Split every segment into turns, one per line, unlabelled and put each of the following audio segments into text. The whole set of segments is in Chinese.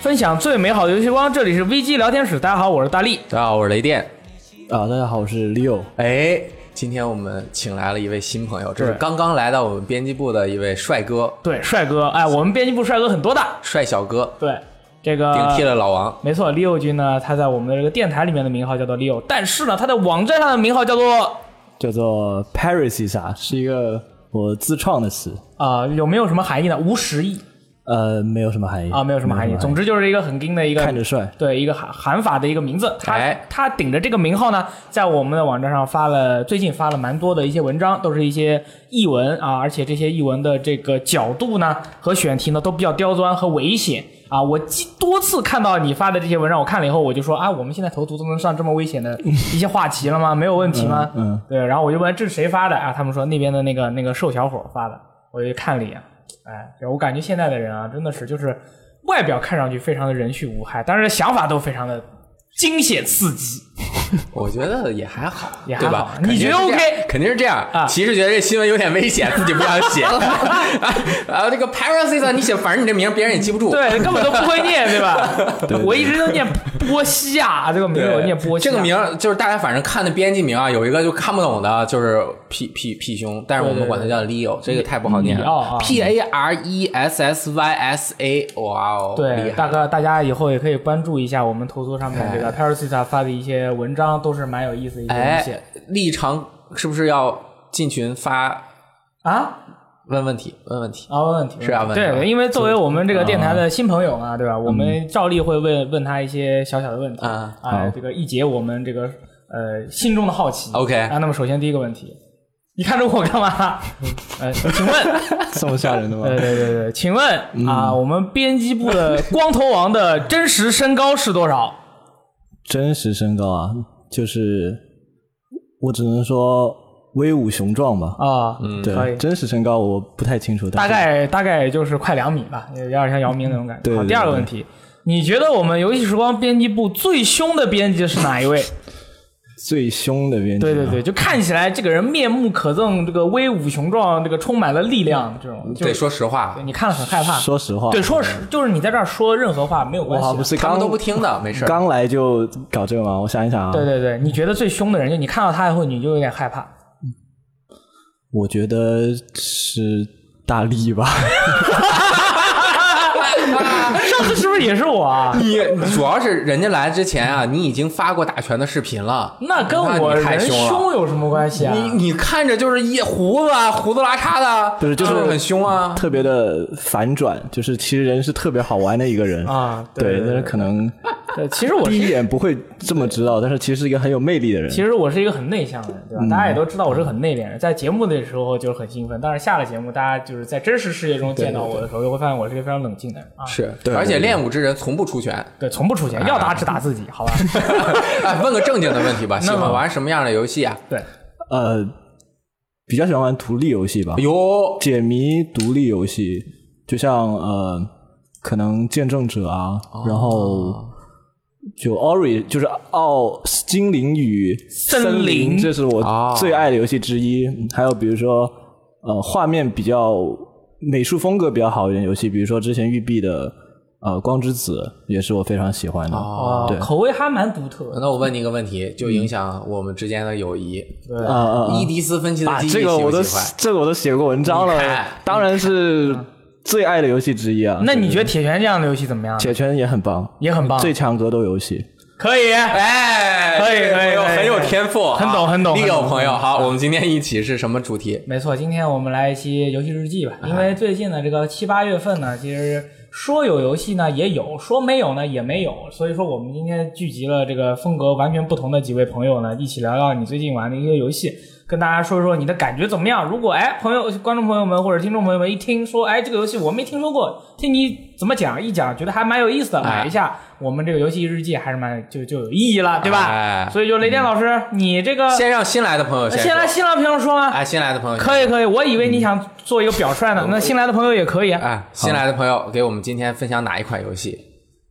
分享最美好的游戏时光，这里是 VG 聊天室。大家好，我是大力。
大家好，我是雷电。
啊，大家好，我是 Leo。
哎，今天我们请来了一位新朋友，这是
对
刚刚来到我们编辑部的一位帅哥，
对，帅哥，哎，我们编辑部帅哥很多的。
帅小哥，
对，这个
顶替了老王。
没错，Leo 君呢，他在我们的这个电台里面的名号叫做 Leo，但是呢，他在网站上的名号叫做
叫做 Paris 啥，是一个我自创的词，
啊、有没有什么含义呢？无实义
呃，没有什么含义
啊，没有什么含义。总之就是一个很硬的一个
看 着帅，
对一个韩韩法的一个名字，他
哎
他顶着这个名号呢，在我们的网站上发了，最近发了蛮多的一些文章，都是一些译文啊，而且这些译文的这个角度呢和选题呢都比较刁钻和危险啊。我记多次看到你发的这些文章，我看了以后我就说啊，我们现在投毒都能上这么危险的一些话题了吗？没有问题吗？
嗯嗯
对，然后我就问这是谁发的啊？他们说那边的那个那个瘦小伙发的，我就看了一眼，哎，我感觉现在的人啊，真的是就是外表看上去非常的人畜无害，但是想法都非常的惊险刺激。
我觉得也还好，
也还
对
好
吧？
你觉得
肯定是
OK？
这样肯定是这样。
啊
其实觉得这新闻有点危险，自己不想 写。啊，然后这个 parasite，你写，反正你这名别人也记不住。
对，根本都不会念，对吧？我一直都念波西亚啊这个 名
对。
字，我念波西啊
这
亚。
个名儿就是大家反正看的编辑名啊，有一个就看不懂的，就是屁屁屁兄，但是我
对
们
对
管它叫 Leo，这个太不好念
里奥啊
了。P A R E S S Y S A，哇哦，
对，
厉
大
害！
哥，大家以后也可以关注一下我们投资上面这个 Parasita 发的一些文章，都是蛮有意思的一些东西
哎，立场是不是要进群发
啊。
问问题？问问题？
啊，问问题
是啊问题
对，
吧
因为作为我们这个电台的新朋友嘛，对吧？我们照例会问问他一些小小的问题
啊
啊，这个一解我们这个呃心中的好奇。
OK
啊，那么首先第一个问题，你看着我干嘛？呃，请问，
这么吓人的吗
对对对对，请问啊，我们编辑部的光头王的真实身高是多少？
真实身高啊，就是我只能说威武雄壮吧。
啊，可以
嗯对，真实身高我不太清楚，
大
但是
概大概就是快两米吧，有点像姚明那种感觉。
对
好，
对
第二个
对
问题，你觉得我们游戏时光编辑部最凶的编辑是哪一位？
最凶的编辑。
对对，对，就看起来这个人面目可憎，这个威武雄壮，这个充满了力量，这种就
对，
是
说实话，
你看了很害怕。
啊说实话，
对，说实就是你在这儿说任何话没有关
我
系的。啊
不是
他们
刚
都不听的，没事儿。
刚来就搞这个吗？我想一想啊，
对对对，你觉得最凶的人，就你看到他以后你就有点害怕。
我觉得是大力吧。
上次是不是也是我啊？
你主要是人家来之前啊，你已经发过打拳的视频了，
那跟我
那你太
人
凶了
凶有什么关系啊？
你你看着就是一胡子啊胡子拉碴的，
不是就是嗯
很凶啊。
特别的反转，就是其实人是特别好玩的一个人
啊对
对，但是可 能
对其实我
第
是
一眼不会这么知道，但是其实是一个很有魅力的人。
其实我是一个很内向的人，对吧？大家也都知道我是个很内敛人，在节目的时候就是很兴奋，但是下了节目，大家就是在真实世界中见到我的时候，就会发现我是一个非常冷静的人啊。
是，
对
而且练武之人从不出拳。
对，从不出现，要打只打自己，好吧？
哎，问个正经的问题吧，喜
么
欢玩什么样的游戏啊？
对，
呃，比较喜欢玩独立游戏吧
哎，呦，
解谜独立游戏，就像呃，可能见证者啊，
哦
然后就 Ori 就是奥精灵与
森
森
林
这是
哦
我最爱的游戏之一。还有比如说呃，画面比较呃美术风格比较好一点的游戏，比如说之前育碧的呃《光之子》也是我非常喜欢的。
哦
对
啊口味还蛮独特
啊
的。
那我问你一个问题，就影响我们之间的友谊。
对
啊啊啊！
伊迪丝分析的
啊，
记忆
这个
喜
我
不
都
喜欢？
这个我都写过文章了
你看，
当然是最爱的游戏之一啊。
那
对
你觉得铁拳这样的游戏怎么样？
铁拳也很棒，
也很棒，
最强格斗游戏。
可以。
哎，
可以
这个朋友
可以可以
很有天赋，
很懂
啊
很懂
利
很
友
懂
朋友，好，我们今天一起是什么主题？
没错，今天我们来一期游戏日记吧，因
哎
为最近的这个七八月份呢，其实说有游戏呢也有，说没有呢也没有，所以说我们今天聚集了这个风格完全不同的几位朋友呢，一起聊聊你最近玩的一些游戏，跟大家说说你的感觉怎么样。如果哎，朋友、观众朋友们或者听众朋友们一听说，哎，这个游戏我没听说过，听你怎么讲一讲，觉得还蛮有意思的，
哎
买一下，我们这个游戏日记还是蛮就就有意义了，对吧？
哎
所以就雷电老师，你这个
先让新来的朋友先
先来
说，
新郎评论说啊吗？
哎，新来的朋友先
可以可以，我以为你想做一个表率呢，那新来的朋友也可以。啊
嗯哎，新来的朋友给我们今天分享哪一款游戏？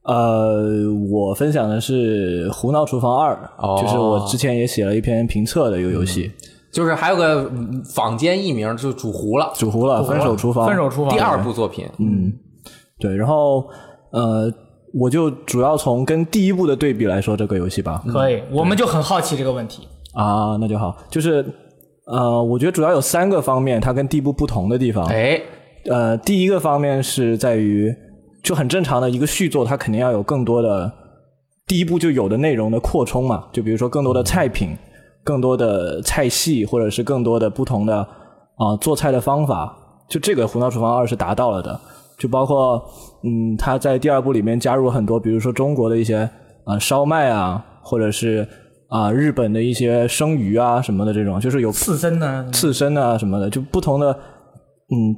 呃，我分享的是《胡闹厨房二》
哦
就是我之前也写了一篇评测的一个游戏，
就是还有个嗯坊间艺名，就煮糊了，
煮糊了，分手厨房，
嗯
分手厨房
第二部作品。
对，然后呃，我就主要从跟第一部的对比来说这个游戏吧。
可
嗯
以，我们就很好奇这个问题。
啊，那就好。就是呃，我觉得主要有三个方面，它跟第一部不同的地方。
哎，
呃，第一个方面是在于，就很正常的一个续作，它肯定要有更多的第一部就有的内容的扩充嘛，就比如说更多的菜品、更多的菜系，或者是更多的不同的啊、做菜的方法，就这个《胡闹厨房二》是达到了的。就包括嗯，它在第二部里面加入很多，比如说中国的一些啊、呃烧麦啊，或者是啊、日本的一些生鱼啊什么的这种，就是有
刺身呢？
嗯
刺身啊什么的，就不同的，嗯，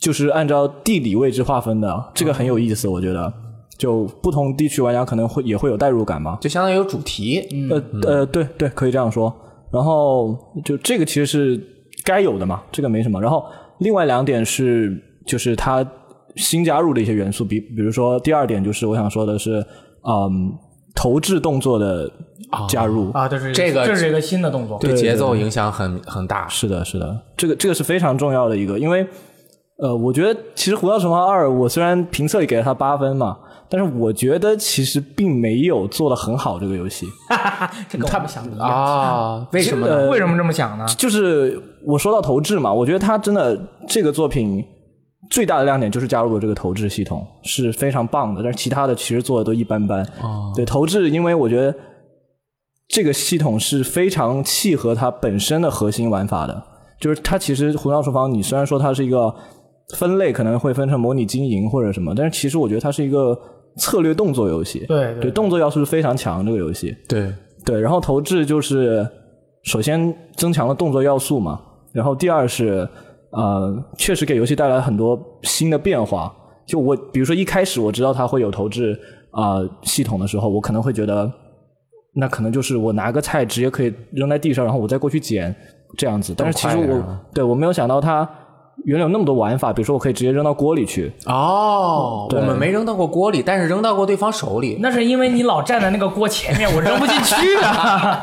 就是按照地理位置划分的，这个很有意思，我觉得。就不同地区玩家可能会也会有代入感吧。
就相当于有主题，
呃呃，对对，可以这样说。然后就这个其实是该有的嘛，这个没什么。然后另外两点是，就是它新加入的一些元素，比比如说第二点就是我想说的是，嗯，投掷动作的加入，
啊，这是
这个
这是一个新的动作。
对节奏影响很很大。
是的，是的，这个这个是非常重要的一个，因为呃，我觉得其实《胡闹神话二》，我虽然评测里给了它八分嘛，但是我觉得其实并没有做的很好这个游戏，
这跟我们想的一样。
啊，为什么呢？
呃为什么这么想呢？
就是我说到投掷嘛，我觉得它真的这个作品最大的亮点就是加入了这个投掷系统，是非常棒的。但是其他的其实做的都一般般。
哦
对投掷，因为我觉得这个系统是非常契合它本身的核心玩法的。就是它其实《胡闹厨房》，你虽然说它是一个分类，可能会分成模拟经营或者什么，但是其实我觉得它是一个策略动作游戏。
对
对，动作要素是非常强这个游戏。
对，
对，然后投掷就是首先增强了动作要素嘛，然后第二是呃，确实给游戏带来很多新的变化。就我比如说一开始我知道它会有投掷啊、呃系统的时候，我可能会觉得那可能就是我拿个菜直接可以扔在地上，然后我再过去捡这样子。但是其实
更快
我
点啊
对我没有想到它原来有那么多玩法，比如说我可以直接扔到锅里去，
哦，我
对
们没扔到过锅里，但是扔到过对方手里。
那是因为你老站在那个锅前面，我扔不进去 啊。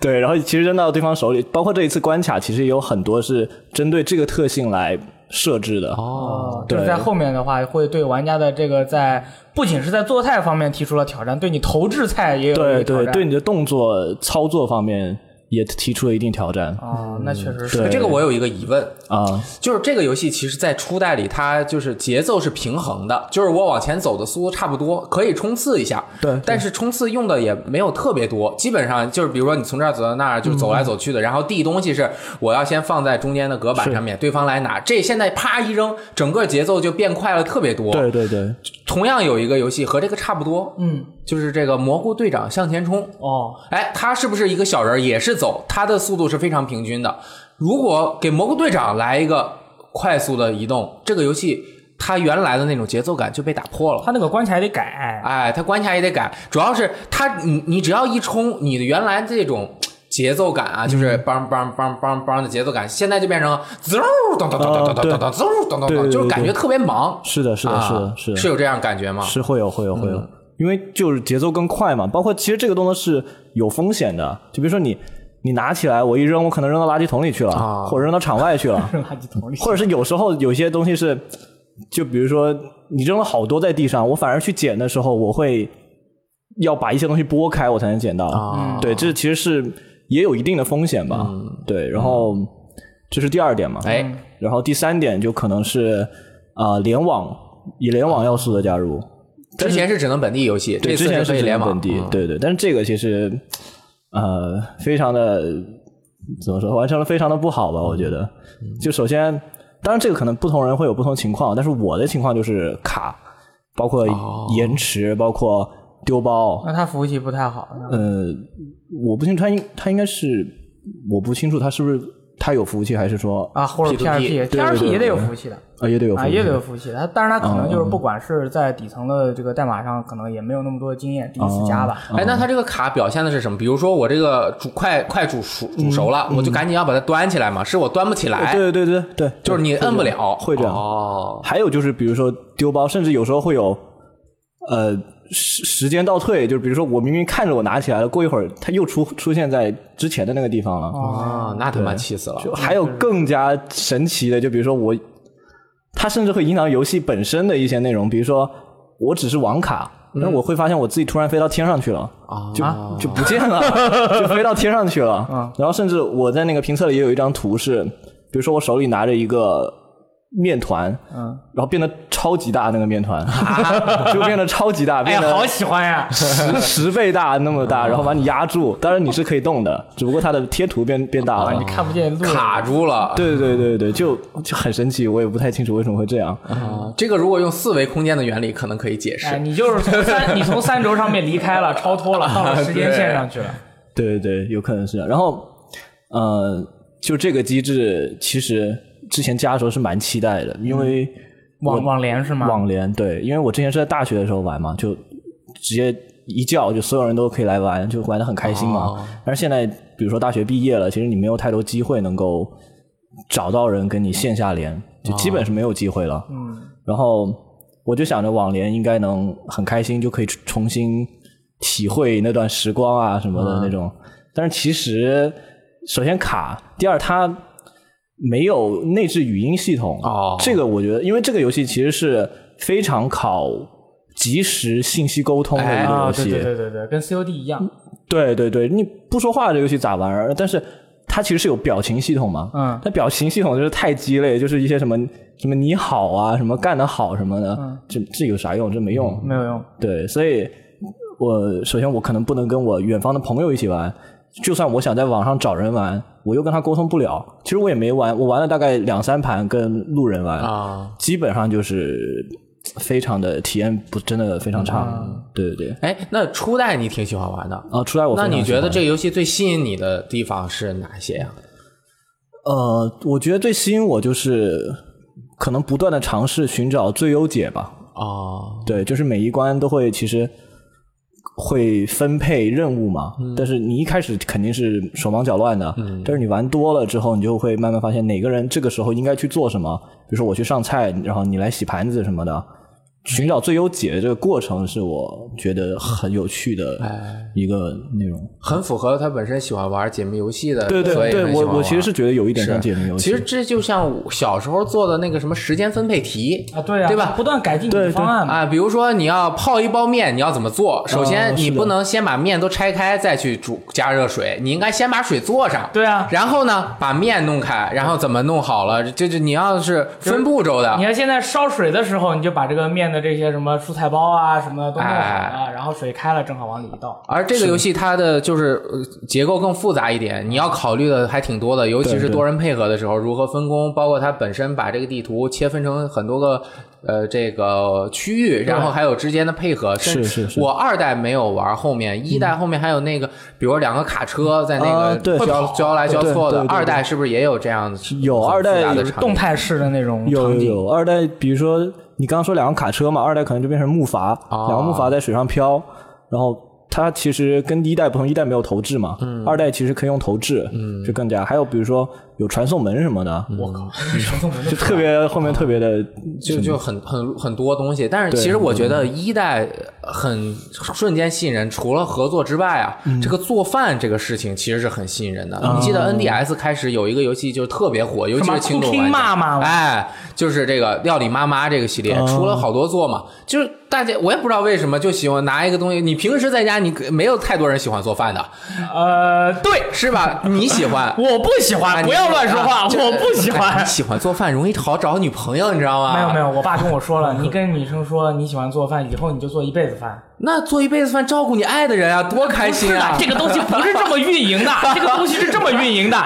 对，然后其实扔到对方手里，包括这一次关卡，其实也有很多是针对这个特性来设置的。
哦，
就是在后面的话，会对玩家的这个在不仅是在做菜方面提出了挑战，对你投掷菜也有一
对
个挑
对
战。
对，你的动作操作方面也提出了一定挑战
啊，那确实是
对
这个我有一个疑问，
啊。
就是这个游戏其实在初代里，它就是节奏是平衡的，就是我往前走的速度差不多，可以冲刺一下。
对对
但是冲刺用的也没有特别多，基本上就是比如说你从这儿走到那儿，就是走来走去的。然后递东西是我要先放在中间的隔板上面，对方来拿。这现在啪一扔，整个节奏就变快了特别多。
对对对，
同样有一个游戏和这个差不多，
嗯，
就是这个蘑菇队长向前冲。
哦，
哎，他是不是一个小人儿也是走，他的速度是非常平均的。如果给蘑菇队长来一个快速的移动，这个游戏它原来的那种节奏感就被打破了。
他那个关卡还得 改。，
哎，它关卡也得改，主要是它你你只要一冲，你的原来这种节奏感
嗯
啊，就是梆梆梆梆梆的节奏感，现在就变成滋儿咚咚咚咚咚咚咚咚滋儿咚咚
啊对
咚，
对
就是
对
感觉特别忙。
是的，是的，是的，是
啊
的，
是有这样感觉吗？
是会有会有会有，因为就是节奏更快嘛。包括其实这个动作是有风险的，就比如说你你拿起来，我一扔，我可能扔到垃圾桶里去
啊
了，或者扔到场外去了
扔垃圾桶里，
或者是有时候有些东西是，就比如说你扔了好多在地上，我反而去捡的时候，我会要把一些东西拨开，我才能捡到。
啊嗯
对，这其实是也有一定的风险吧。对，然后这是第二点嘛。
哎，
然后第三点就可能是啊、呃联网以联网要素的加入，
之前是只能本地游戏，
对，
这次
之前是
可以
只
联
能
网
本地
嗯，
对对，但是这个其实呃非常的怎么说，完成的非常的不好吧？我觉得，就首先，当然这个可能不同人会有不同情况，但是我的情况就是卡，包括延迟，包括丢包，
那他服务器不太好。那
呃，我不清楚他应他应该是，我不清楚他是不是他有服务器，还是说
啊，或者
P2P 对
PRP，PRP 也得有服务器的
啊也得有服务
啊，
器，
也得有服务器的。它但是它可能就是不管是在底层的这个代码上，可能也没有那么多经验，第一次加吧。
哎，
嗯
那它这个卡表现的是什么？比如说我这个煮快快煮熟煮熟了，我就赶紧要把它端起来嘛，是我端不起来，
嗯对对对对对，
就是你摁不了，
会这样
哦。
还有就是，比如说丢包，甚至有时候会有，呃，时时间倒退，就是比如说我明明看着我拿起来了，过一会儿它又出出现在之前的那个地方了。
啊，那他妈气死了！
就还
嗯
有更加神奇的，就比如说我，它甚至会影响游戏本身的一些内容，比如说我只是网卡，那
嗯
我会发现我自己突然飞到天上去了，
啊
就就不见了， 就飞到天上去了。
嗯
然后甚至我在那个评测里也有一张图是，比如说我手里拿着一个面团，
嗯，
然后变得超级大那个面 团，就变得超级大，
哎
变
呀，
得
好嗯喜欢呀！
十十倍大那么大，然后把你压住。当然你是可以动的，只不过它的贴图变变大
啊，
了
你。看不见路，
卡住了。
对对对对，就就很神奇，我也不太清楚为什么会这样。
啊，这个如果用四维空间的原理，可能可以解释。
哎，你就是从三，你从三轴上面离开了，超脱了，到了时间线上去了。
对对对，有可能是。然后，呃，就这个机制，其实之前加的时候是蛮期待的，因为
网网联嗯是吗？
网联对，因为我之前是在大学的时候玩嘛，就直接一叫就所有人都可以来玩，就玩的很开心嘛。
哦
但是现在，比如说大学毕业了，其实你没有太多机会能够找到人跟你线下连，就基本是没有机会了。
哦嗯，
然后我就想着网联应该能很开心，就可以重新体会那段时光啊什么
嗯
的那种。但是其实，首先卡，第二它没有内置语音系统。
哦
这个我觉得，因为这个游戏其实是非常考即时信息沟通的一个
啊，
游
对
戏。
对对对对，跟 COD 一样。
对对对，你不说话这游戏咋玩儿？但是它其实是有表情系统嘛。
嗯
它表情系统就是太鸡肋，就是一些什么什么你好啊，什么干得好什么的，这这有啥用？这没用。
嗯没有用，
对，所以我首先我可能不能跟我远方的朋友一起玩，就算我想在网上找人玩，我又跟他沟通不了。其实我也没玩，我玩了大概两三盘跟路人玩，
啊，
基本上就是非常的体验不真的非常差。
嗯
对对对。
哎，那初代你挺喜欢玩的，
啊，出来我非
那
常
你
喜
觉得
欢
这个游戏最吸引你的地方是哪些呀、
呃，我觉得最吸引我就是可能不断的尝试寻找最优解吧。
哦，
对，就是每一关都会其实会分配任务嘛，但是你一开始肯定是手忙脚乱的，但是你玩多了之后，你就会慢慢发现哪个人这个时候应该去做什么。比如说我去上菜，然后你来洗盘子什么的。寻找最优解的这个过程是我觉得很有趣的一个内容。
很符合他本身喜欢玩解密游戏的，
对
所
对
以
对，
很喜欢
我我
玩
其实是觉得有一点像
是
解谜游戏。
其实这就像我小时候做的那个什么时间分配题
啊，对啊，
对吧？
不断改进你的方案嘛。
啊，比如说你要泡一包面，你要怎么做？首先，
啊
是的
你不能先把面都拆开再去煮加热水，你应该先把水做上。
对啊
然后呢，把面弄开，然后怎么弄好了？这这你要是分步骤的
你，看现在烧水的时候，你就把这个面的这些什么蔬菜包啊什么的都弄好了，然后水开了正好往里一倒。
而这个游戏它的就是呃结构更复杂一点，你要考虑的还挺多的，尤其是
对对
多人配合的时候，如何分工，包括它本身把这个地图切分成很多个呃这个区域，然后还有之间的配合。甚至
是是
我二代没有玩，后面一代后面还有那个，比如两个卡车在那
啊
个
对
交交来交错
对
的
对，对对
二代是不是也有这样的
有
很
二代
复杂的
有
场景
动态式的那种
有
场景，
有二代，比如说你刚刚说两个卡车嘛，二代可能就变成木筏，
啊
哦
两个木筏在水上漂，然后。它其实跟一代不同，一代没有投掷嘛，
嗯
二代其实可以用投掷，就更加。还有比如说有传送门什么的，
嗯
嗯
我靠， 传送门
就特别
啊
后面特别的，
就就很很很多东西，但是
对
其实我觉
嗯
得一代很瞬间吸引人，除了合作之外啊，
嗯
这个做饭这个事情其实是很吸引人的。你记得 NDS 开始有一个游戏就是特别火，尤其
什么
是轻度
Cooking
玩家，
Mama 吗嗯
哎，就是这个料理妈妈这个系列出了好多做嘛，就是大家我也不知道为什么就喜欢拿一个东西，你平时在家你没有太多人喜欢做饭的，
呃，对。
是吧？你喜欢
我不喜
啊
欢，
你
不要乱说话，
啊就是
我不喜
哎
欢
你。喜欢做饭容易好找女朋友，你知道吗？
没有没有，我爸跟我说了， 你跟女生说你喜欢做饭，以后你就做一辈子饭。
那做一辈子饭照顾你爱的人啊，多开心啊！
不 是的，这个东西不是这么运 营的，这个东西是这么运营的。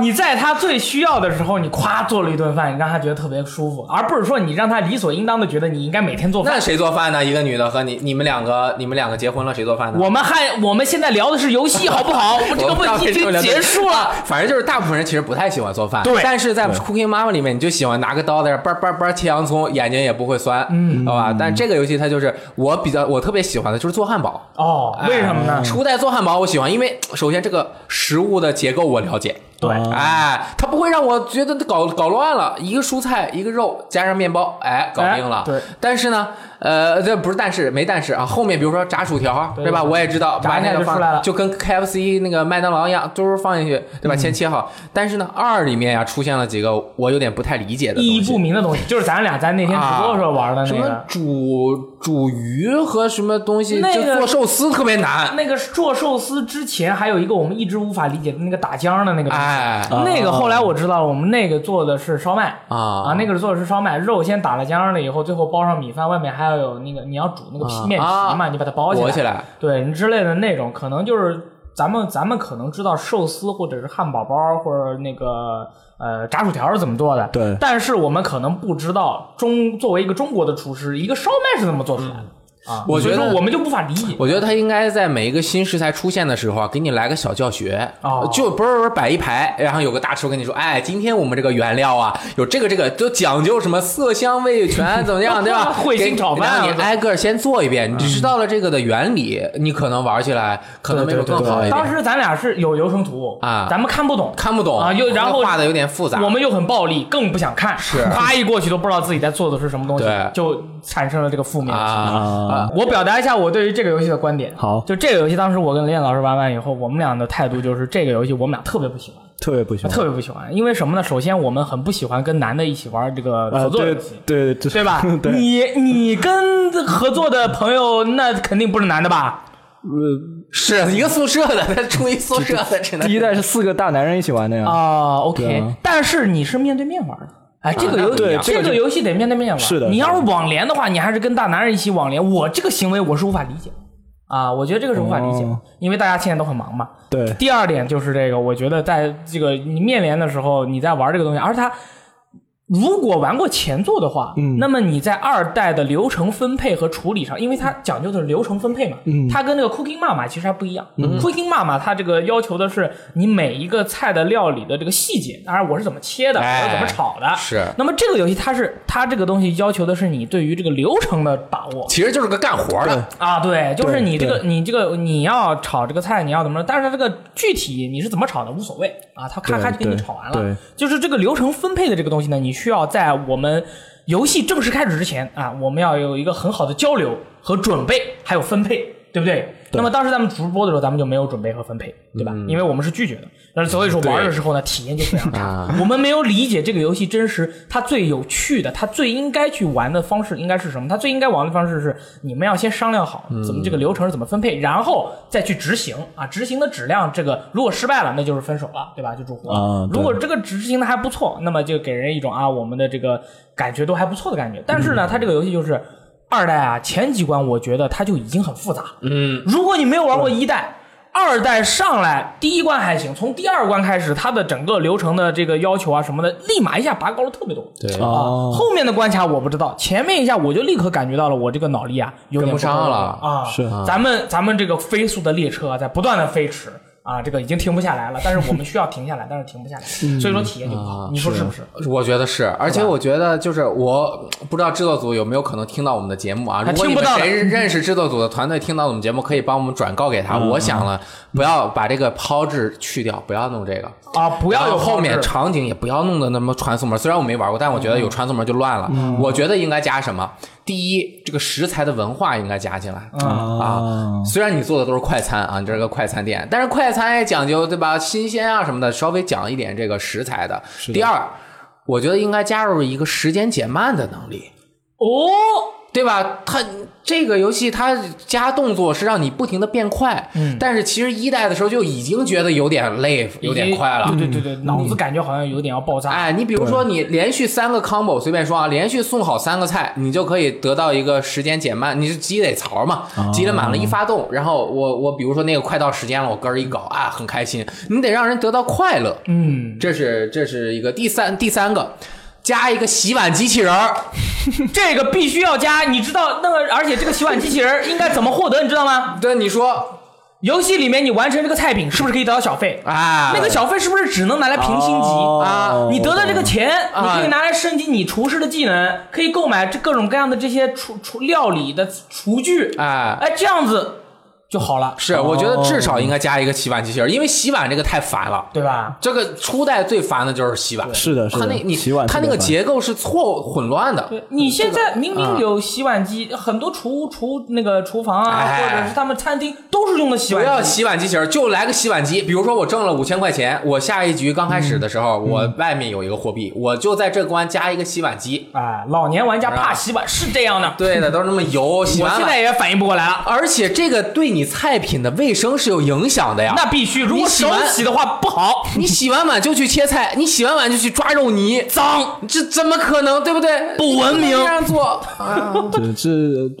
你在他最需要的时候，你夸做了一顿饭，你让他觉得特别舒服，而不是说你让他理所应当的觉得你应该每天做饭。
那谁做饭呢？一个女的和你，你们两个，你们两个结婚了，谁做饭呢？
我们还我们现在聊的是游戏，好不 好？我们这个
我不知道
问题已经
为什么聊这
结束了。
反正就是大部分人其实不太喜欢做饭，
对
但是在 Cooking Mama 里面，你就喜欢拿个刀在那儿叭叭叭切洋葱，眼睛也不会酸，嗯，好吧？但这个游戏它就是我比较我特别喜欢的就是做汉堡，嗯
哦，为什么呢？
初代做汉堡我喜欢，因为首先这个食物的结构我了解，
对
哎，它不会让我觉得搞搞乱了。一个蔬菜，一个肉，加上面包，哎，搞定了。
哎对，
但是呢，呃，这不是但是没但是啊，后面比如说炸薯条，
对
对吧？
对
我也知道
炸
把
一下
那个
就
放
出来了嗯
就跟 KFC 那个麦当劳一样，都是放进去，对吧？先切好。但是呢，二里面呀啊出现了几个我有点不太理解的东
意义不
西。
明的东西，就是咱俩在那天直播的时候玩的
什
那
么
个，
煮煮鱼和什么东西，
那
就
个
做寿司特别难，
那个做寿司之前还有一个我们一直无法理解的那个打浆的那个东西。
哎
啊
那个后来我知道了，我们那个做的是烧麦
啊
啊，那个是做的是烧麦，肉先打了浆了以后，最后包上米饭，外面还要有那个你要煮那个
啊
皮面皮嘛，你把它包起
裹
来，
起来。
对之类的那种，可能就是咱们咱们可能知道寿司或者是汉堡包或者那个呃炸薯条是怎么做的，
对
但是我们可能不知道中作为一个中国的厨师，一个烧麦是怎么做出来的、啊，
嗯我觉得
所以说我们就无法理解。
我觉得他应该在每一个新食材出现的时候啊，给你来个小教学，
哦
就不是摆一排，然后有个大厨跟你说，哎，今天我们这个原料啊，有这个这个，都讲究什么色香味全怎么样，对 吧？
会心炒饭啊嗯
然后你挨个先做一遍，你知道了这个的原理，你可能玩起来可能没准更好一
当
点。
时咱俩是有流程图
哎啊
咱们看不懂，
看不懂
啊又然后
画的有点复杂
我，们又很暴力，更不想看，是啪一过去都不知道自己在做的是什么东西
对，
就产生了这个负面的情绪。
啊
啊
我表达一下我对于这个游戏的观点。
好
就这个游戏，当时我跟连老师玩完以后，我们俩的态度就是这个游戏我们俩特别不喜欢，
特别不喜欢，
特别不喜欢，因为什么呢？首先我们很不喜欢跟男的一起玩这个合
啊，
作
对
游戏。
对对
对吧
？对，
你你跟合作的朋友，那肯定不是男的吧？
是一个宿舍的， 他住一宿舍 的，只能
第一代是四个大男人一起玩的呀。
啊，OK、o k
对啊
但是你是面对面玩的。哎，这个
那
游
不一样
这
这个
个游戏得面对面玩。
是的
你要
是
是网联的话，你还是跟大男人一起网联。我这个行为我是无法理解的啊，我觉得这个是无法理解的，
哦
因为大家现在都很忙嘛。
对，
第二点就是这个，我觉得在这个你面连的时候，你在玩这个东西，而它如果玩过前作的话，
嗯
那么你在二代的流程分配和处理上，因为它讲究的是流程分配嘛，
嗯
它跟那个 Cooking Mama 其实还不一样。Cooking Mama 它这个要求的是你每一个菜的料理的这个细节，当然我是怎么切的，
哎
我是怎么炒的。
是
那么这个游戏它是它这个东西要求的是你对于这个流程的把握。
其实就是个干活的，
啊，对，就是
对
你这个，
对
你这个，你要炒这个菜，你要怎么着？但是它这个具体你是怎么炒的无所谓啊，他咔
对
咔就给你
对
炒完
对
了。就是这个流程分配的这个东西呢，你需要在我们游戏正式开始之前啊，我们要有一个很好的交流和准备，还有分配，对不对？那么当时咱们直播的时候，咱们就没有准备和分配，对吧？因为我们是拒绝的，那所以说玩的时候呢，体验就非常差。我们没有理解这个游戏真实，它最有趣的，它最应该去玩的方式应该是什么？它最应该玩的方式是你们要先商量好怎么这个流程是怎么分配，然后再去执行啊。执行的质量，这个如果失败了，那就是分手了，对吧？就祝福了。
啊对
如果这个执行的还不错，那么就给人一种啊，我们的这个感觉都还不错的感觉。但是
嗯
呢，它这个游戏就是二代啊，前几关我觉得它就已经很复杂。嗯，如果你没有玩过一代。二代上来第一关还行，从第二关开始，它的整个流程的这个要求啊什么的，立马一下拔高了特别多。
对
啊，
哦，
后面的关卡我不知道，前面一下我就立刻感觉到了我这个脑力啊有点
跟不上
够
了
啊！
是
咱们咱们这个飞速的列车啊在不断的飞驰啊，这个已经停不下来了，但 是我们需要停下来，但是停不下来，
嗯
所以说体验就不
啊
好，你说是不是？
我觉得是，而且我觉得就是我不知道制作组有没有可能听到我们的节目啊？如果你
听不
们
到的
谁认识制作组的团队听到我们节目，可以帮我们转告给
嗯
他。我想了，不要把这个抛掷去掉，不要弄这个，
啊，不
不
要有
后嗯面
控制
场景也不要弄得那么传送门。虽然我没玩过，但我觉得有传送门就乱了。我觉得应该加什么？第一，这个食材的文化应该加进来。啊
啊，
虽然你做的都是快餐啊，你这是个快餐店，但是快餐也讲究对吧？新鲜啊什么的，稍微讲一点这个食材的。第二，我觉得应该加入一个时间减慢的能力，
哦，
对吧？它这个游戏它加动作是让你不停的变快，
嗯
但是其实一代的时候就已经觉得有点累，有点快了。嗯
对对对对，脑子感觉好像有点要爆炸。
哎，你比如说你连续三个 combo，随便说啊，连续送好三个菜，你就可以得到一个时间减慢，你是积累槽嘛，
啊
积累满了一发动，然后我我比如说那个快到时间了，我根儿一搞啊，很开心，你得让人得到快乐，
嗯，
这是这是一个第三第三个。加一个洗碗机器人儿，
这个必须要加，你知道那个，而且这个洗碗机器人儿应该怎么获得，你知道吗？
对你说
游戏里面你完成这个菜品，是不是可以得到小费？
啊，
那个小费是不是只能拿来评星级？
哦
啊
你得到这个钱，你
啊
可以拿来升级你厨师的技能，可以购买这各种各样的这些厨厨料理的厨具。
哎
哎，这样子就好了，
哦
是，我觉得至少应该加一个洗碗机器人，因为洗碗这个太烦了。
对吧？
这个初代最烦的就是洗碗，
是的，是
它
的
那，你
洗碗
它那
特
个
别烦
结构是错混乱的，
对嗯你现在明明有洗碗机，很多厨厨那个厨房啊，
哎
或者是他们餐厅都是用的洗
不要
碗机。
洗碗机器人，就来个洗碗机。比如说我挣了五千块钱，我下一局刚开始的时候，
嗯
我外面有一个货币，我就在这关加一个洗碗机。
啊，老年玩家怕洗碗是这样的，
对的，都是那么油，洗
我
完
现
碗。
在也反应不过来了。
而且这个对你菜品的卫生是有影响的呀。
那必须，如果
你洗
手
完
洗的话不好。
你洗完碗就去切菜，你洗完碗就去抓肉泥，脏，这怎么可能？对不对？
不文明
你不能这样做。啊
这这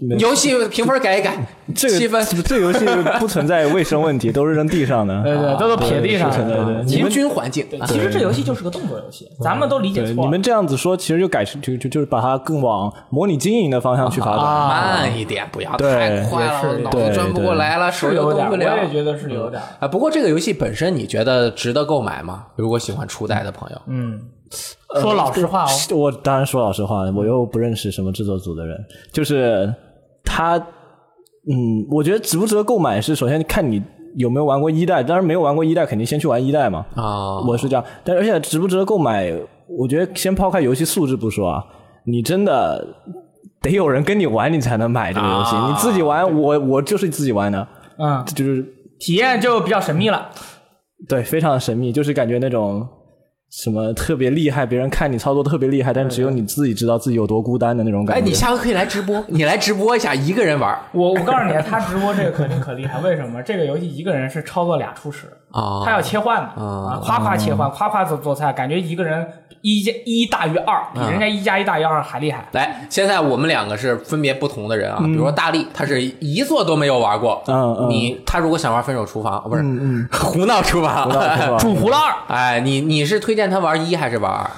没
游戏评分改 一改，
这个
七分。
这游戏不存在卫生问题，都是扔 地上的。
对对，都是撇地上
是的对
的
对。
其
平
实
均环境，啊
啊其实这游戏就是个动作游戏，咱们都理解
对，
错
你
了
们。这样子说，其实就改成就就就是把它更往模拟经营的方向去发展。
啊
慢一点，不要
对
太快了，
也
我
是
脑子转不过来了，手
是
又
有
动
点，
不
我
了。
也觉得是有点。
啊，不过这个游戏本身你觉得值得购买吗？如果喜欢初代的朋友，
嗯，说老实话哦，
我当然说老实话，我又不认识什么制作组的人，就是他，嗯，我觉得值不值得购买是首先看你有没有玩过一代，当然没有玩过一代，肯定先去玩一代嘛。
啊，
我是这样，但而且值不值得购买，我觉得先抛开游戏素质不说啊，你真的得有人跟你玩，你才能买这个游戏。
啊
你自己玩，我我就是自己玩的，
嗯，
就是
体验就比较神秘了。
对，非常神秘，就是感觉那种什么特别厉害，别人看你操作特别厉害，但只有你自己知道自己有多孤单的那种感
哎，
觉。
你下回可以来直播，你来直播一下，一个人玩儿
我我告诉你，他直播这个可厉可厉害，为什么？这个游戏一个人是操作俩初始，
哦
他
啊
要切换的啊，夸夸切
嗯
换，夸夸做做菜，感觉一个人一加一大于二，
嗯
比人家一加一大于二还厉害。
来，现在我们两个是分别不同的人啊，比如说大力，他是一座都没有玩过，
嗯嗯
你他如果想玩《分手厨房》，不是， 胡闹厨房，
知道 是吧
主胡了二，
哎，你你是推荐他玩一还是玩二？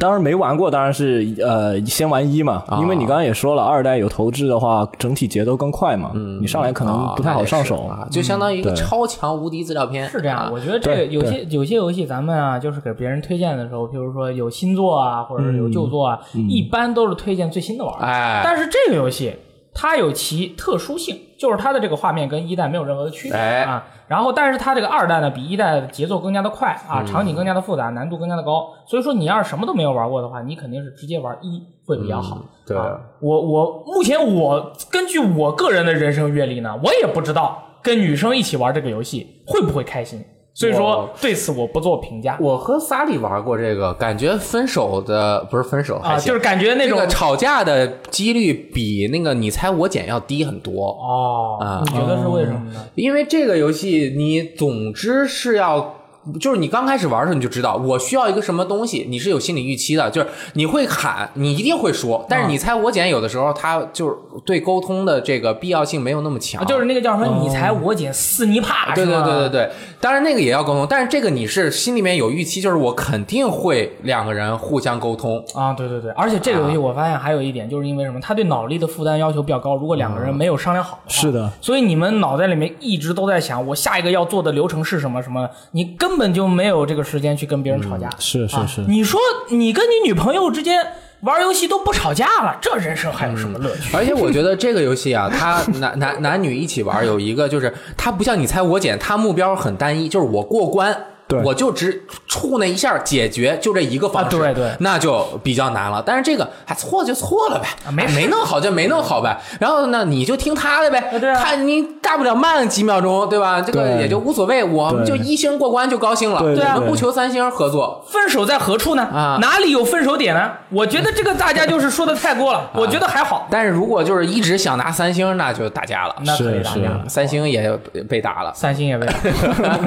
当然没玩过，当然是呃先玩一嘛，
啊
因为你刚刚也说了，二代有投掷的话，整体节奏更快嘛，你上来可能
啊
不太好上手。
那也是啊，就相当于一个
嗯对
超强无敌资料片，
是这样，
啊
我觉得这个
对
有些有些游戏，咱们啊，就是给别人推荐的时候，譬如说有新作啊，或者是有
嗯
旧作啊，一般都是推荐最新的玩儿。
哎，
但是这个游戏它有其特殊性，就是它的这个画面跟一代没有任何的区别
哎
啊。然后，但是它这个二代呢，比一代节奏更加的快
嗯
啊，场景更加的复杂，难度更加的高。所以说，你要是什么都没有玩过的话，你肯定是直接玩一会比较好。
嗯对
啊，我我目前我根据我个人的人生阅历呢，我也不知道跟女生一起玩这个游戏会不会开心，所以说
我
对此我不做评价
我和萨利玩过这个，感觉分手的不是分手，还
啊，
行
就是感觉那
那
种
个吵架的几率比那个你猜我捡要低很多，
哦，
啊
你觉得是为什么呢？
因为这个游戏你总之是要。就是你刚开始玩的时候你就知道，我需要一个什么东西，你是有心理预期的，就是你会喊，你一定会说，
啊
但是你猜我捡有的时候它就是对沟通的这个必要性没有那么强，
啊就是那个叫什
哦
么“你才我姐撕泥
啊
帕”
对
啊是
对
吗
对对对，当然那个也要沟通，但是这个你是心里面有预期，就是我肯定会两个人互相沟通。
啊，对对对，而且这个游戏我发现还有一点，就是因为什么？它对脑力的负担要求比较高，如果两个人没有商量好的话，
啊是的，
所以你们脑袋里面一直都在想我下一个要做的流程是什么什么，你根本就没有这个时间去跟别人吵架。
嗯
啊
是是是，
你说你跟你女朋友之间玩游戏都不吵架了，这人生还有什
嗯
么乐趣？
而且我觉得这个 游戏啊，它男男男女一起玩有一个就是，它不像你猜我捡，它目标很单一，就是我过关。
对
我就只触那一下解决，就这一个方式，
啊对对
那就比较难了。但是这个还错就错了呗，
啊没事
没弄好就没弄好呗。然后呢，你就听他的呗，
啊对啊
他你大不了慢几秒钟，对吧？这个
对
也就无所谓，我们就
对
一星过关就高兴了，
对对
我们
对
不求三星合作，
分手在何处呢？
啊
哪里有分手点呢？我觉得这个大家就是说的太
啊
过了，我觉得还好，
但是如果就是一直想拿三星，那就打架了。嗯
那可以
是
打
是
架。
三星也被打了。
三星也被 打。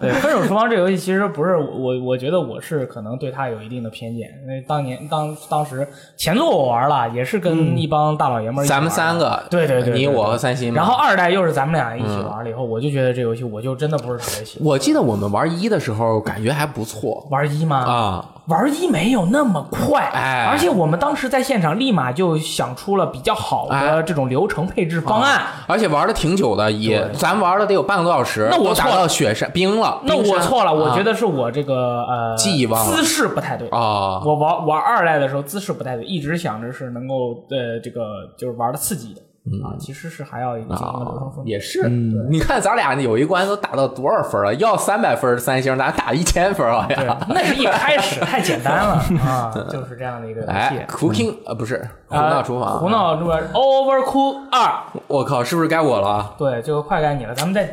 对，《分手厨房》这游戏其实不是我我，我觉得我是可能对它有一定的偏见，因为当年当当时前作我玩了，也是跟一帮大老爷们儿一起玩
嗯咱
的，
们三个，
对对对对
你我和三星嘛。
然后二代又是咱们俩一起
嗯
玩了以后，我就觉得这游戏我就真的不是特别喜欢
我记得我们玩一的时候感觉还不错
玩一吗？
啊，
玩一没有那么快，
哎
而且我们当时在现场立马就想出了比较好
哎啊
的这种流程配置方案，
而且玩的挺久的，也咱玩了得有半个多小时。
那我
都打
错了
到雪山冰了，
那
冰
我
山
错了，我
啊
觉得是我这个呃
记忆忘了
姿势不太对
啊
我玩玩二代的时候姿势不太对，一直想着是能够呃这个就是玩的刺激一点。
嗯
啊，其实是还要进行一个流程分
也是，
嗯
你看咱俩有一关都打到多少分了？要三百分三星，咱打一千分好
对
像。，
那是一开始太简单了 啊，就是这样的一个游戏
哎。，Cooking 呃不是胡
啊
闹厨房，
胡，闹厨房 Overcook 二，
我靠，是不是该我了 啊？
对，就快该你了。咱们再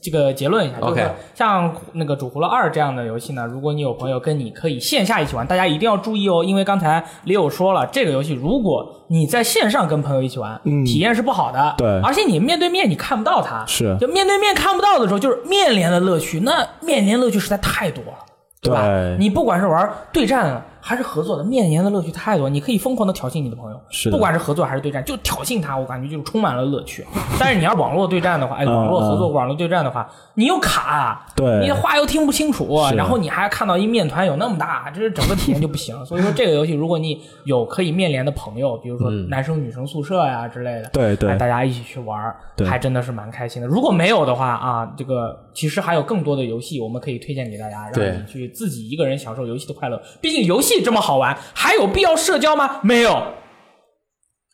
这个结论一下，就是
OK
像那个《煮胡了二》这样的游戏呢，如果你有朋友跟你可以线下一起玩，大家一定要注意哦，因为刚才李友说了，这个游戏如果你在线上跟朋友一起玩，
嗯
体验是不好的。
对
而且你面对面你看不到他，
是
就面对面看不到的时候，就是面连的乐趣，那面连乐趣实在太多了。对吧？
对
你不管是玩对战啊还是合作的，面连的乐趣太多，你可以疯狂的挑衅你的朋友，
是的
不管是合作还是对战，就挑衅他，我感觉就是充满了乐趣。但是你要网络对战的话， 哎，
嗯
网络合作、网络对战的话，你又卡，啊
对
你的话又听不清楚，啊
是
然后你还看到一面团有那么大，这是整个体验就不行。所以说这个游戏，如果你有可以面连的朋友，比如说男生女生宿舍呀、之类的，
嗯对对
哎大家一起去玩儿，
对
还真的是蛮开心的。如果没有的话啊，这个其实还有更多的游戏我们可以推荐给大家，
对
让你去自己一个人享受游戏的快乐。毕竟游戏这么好玩，还有必要社交吗？没有，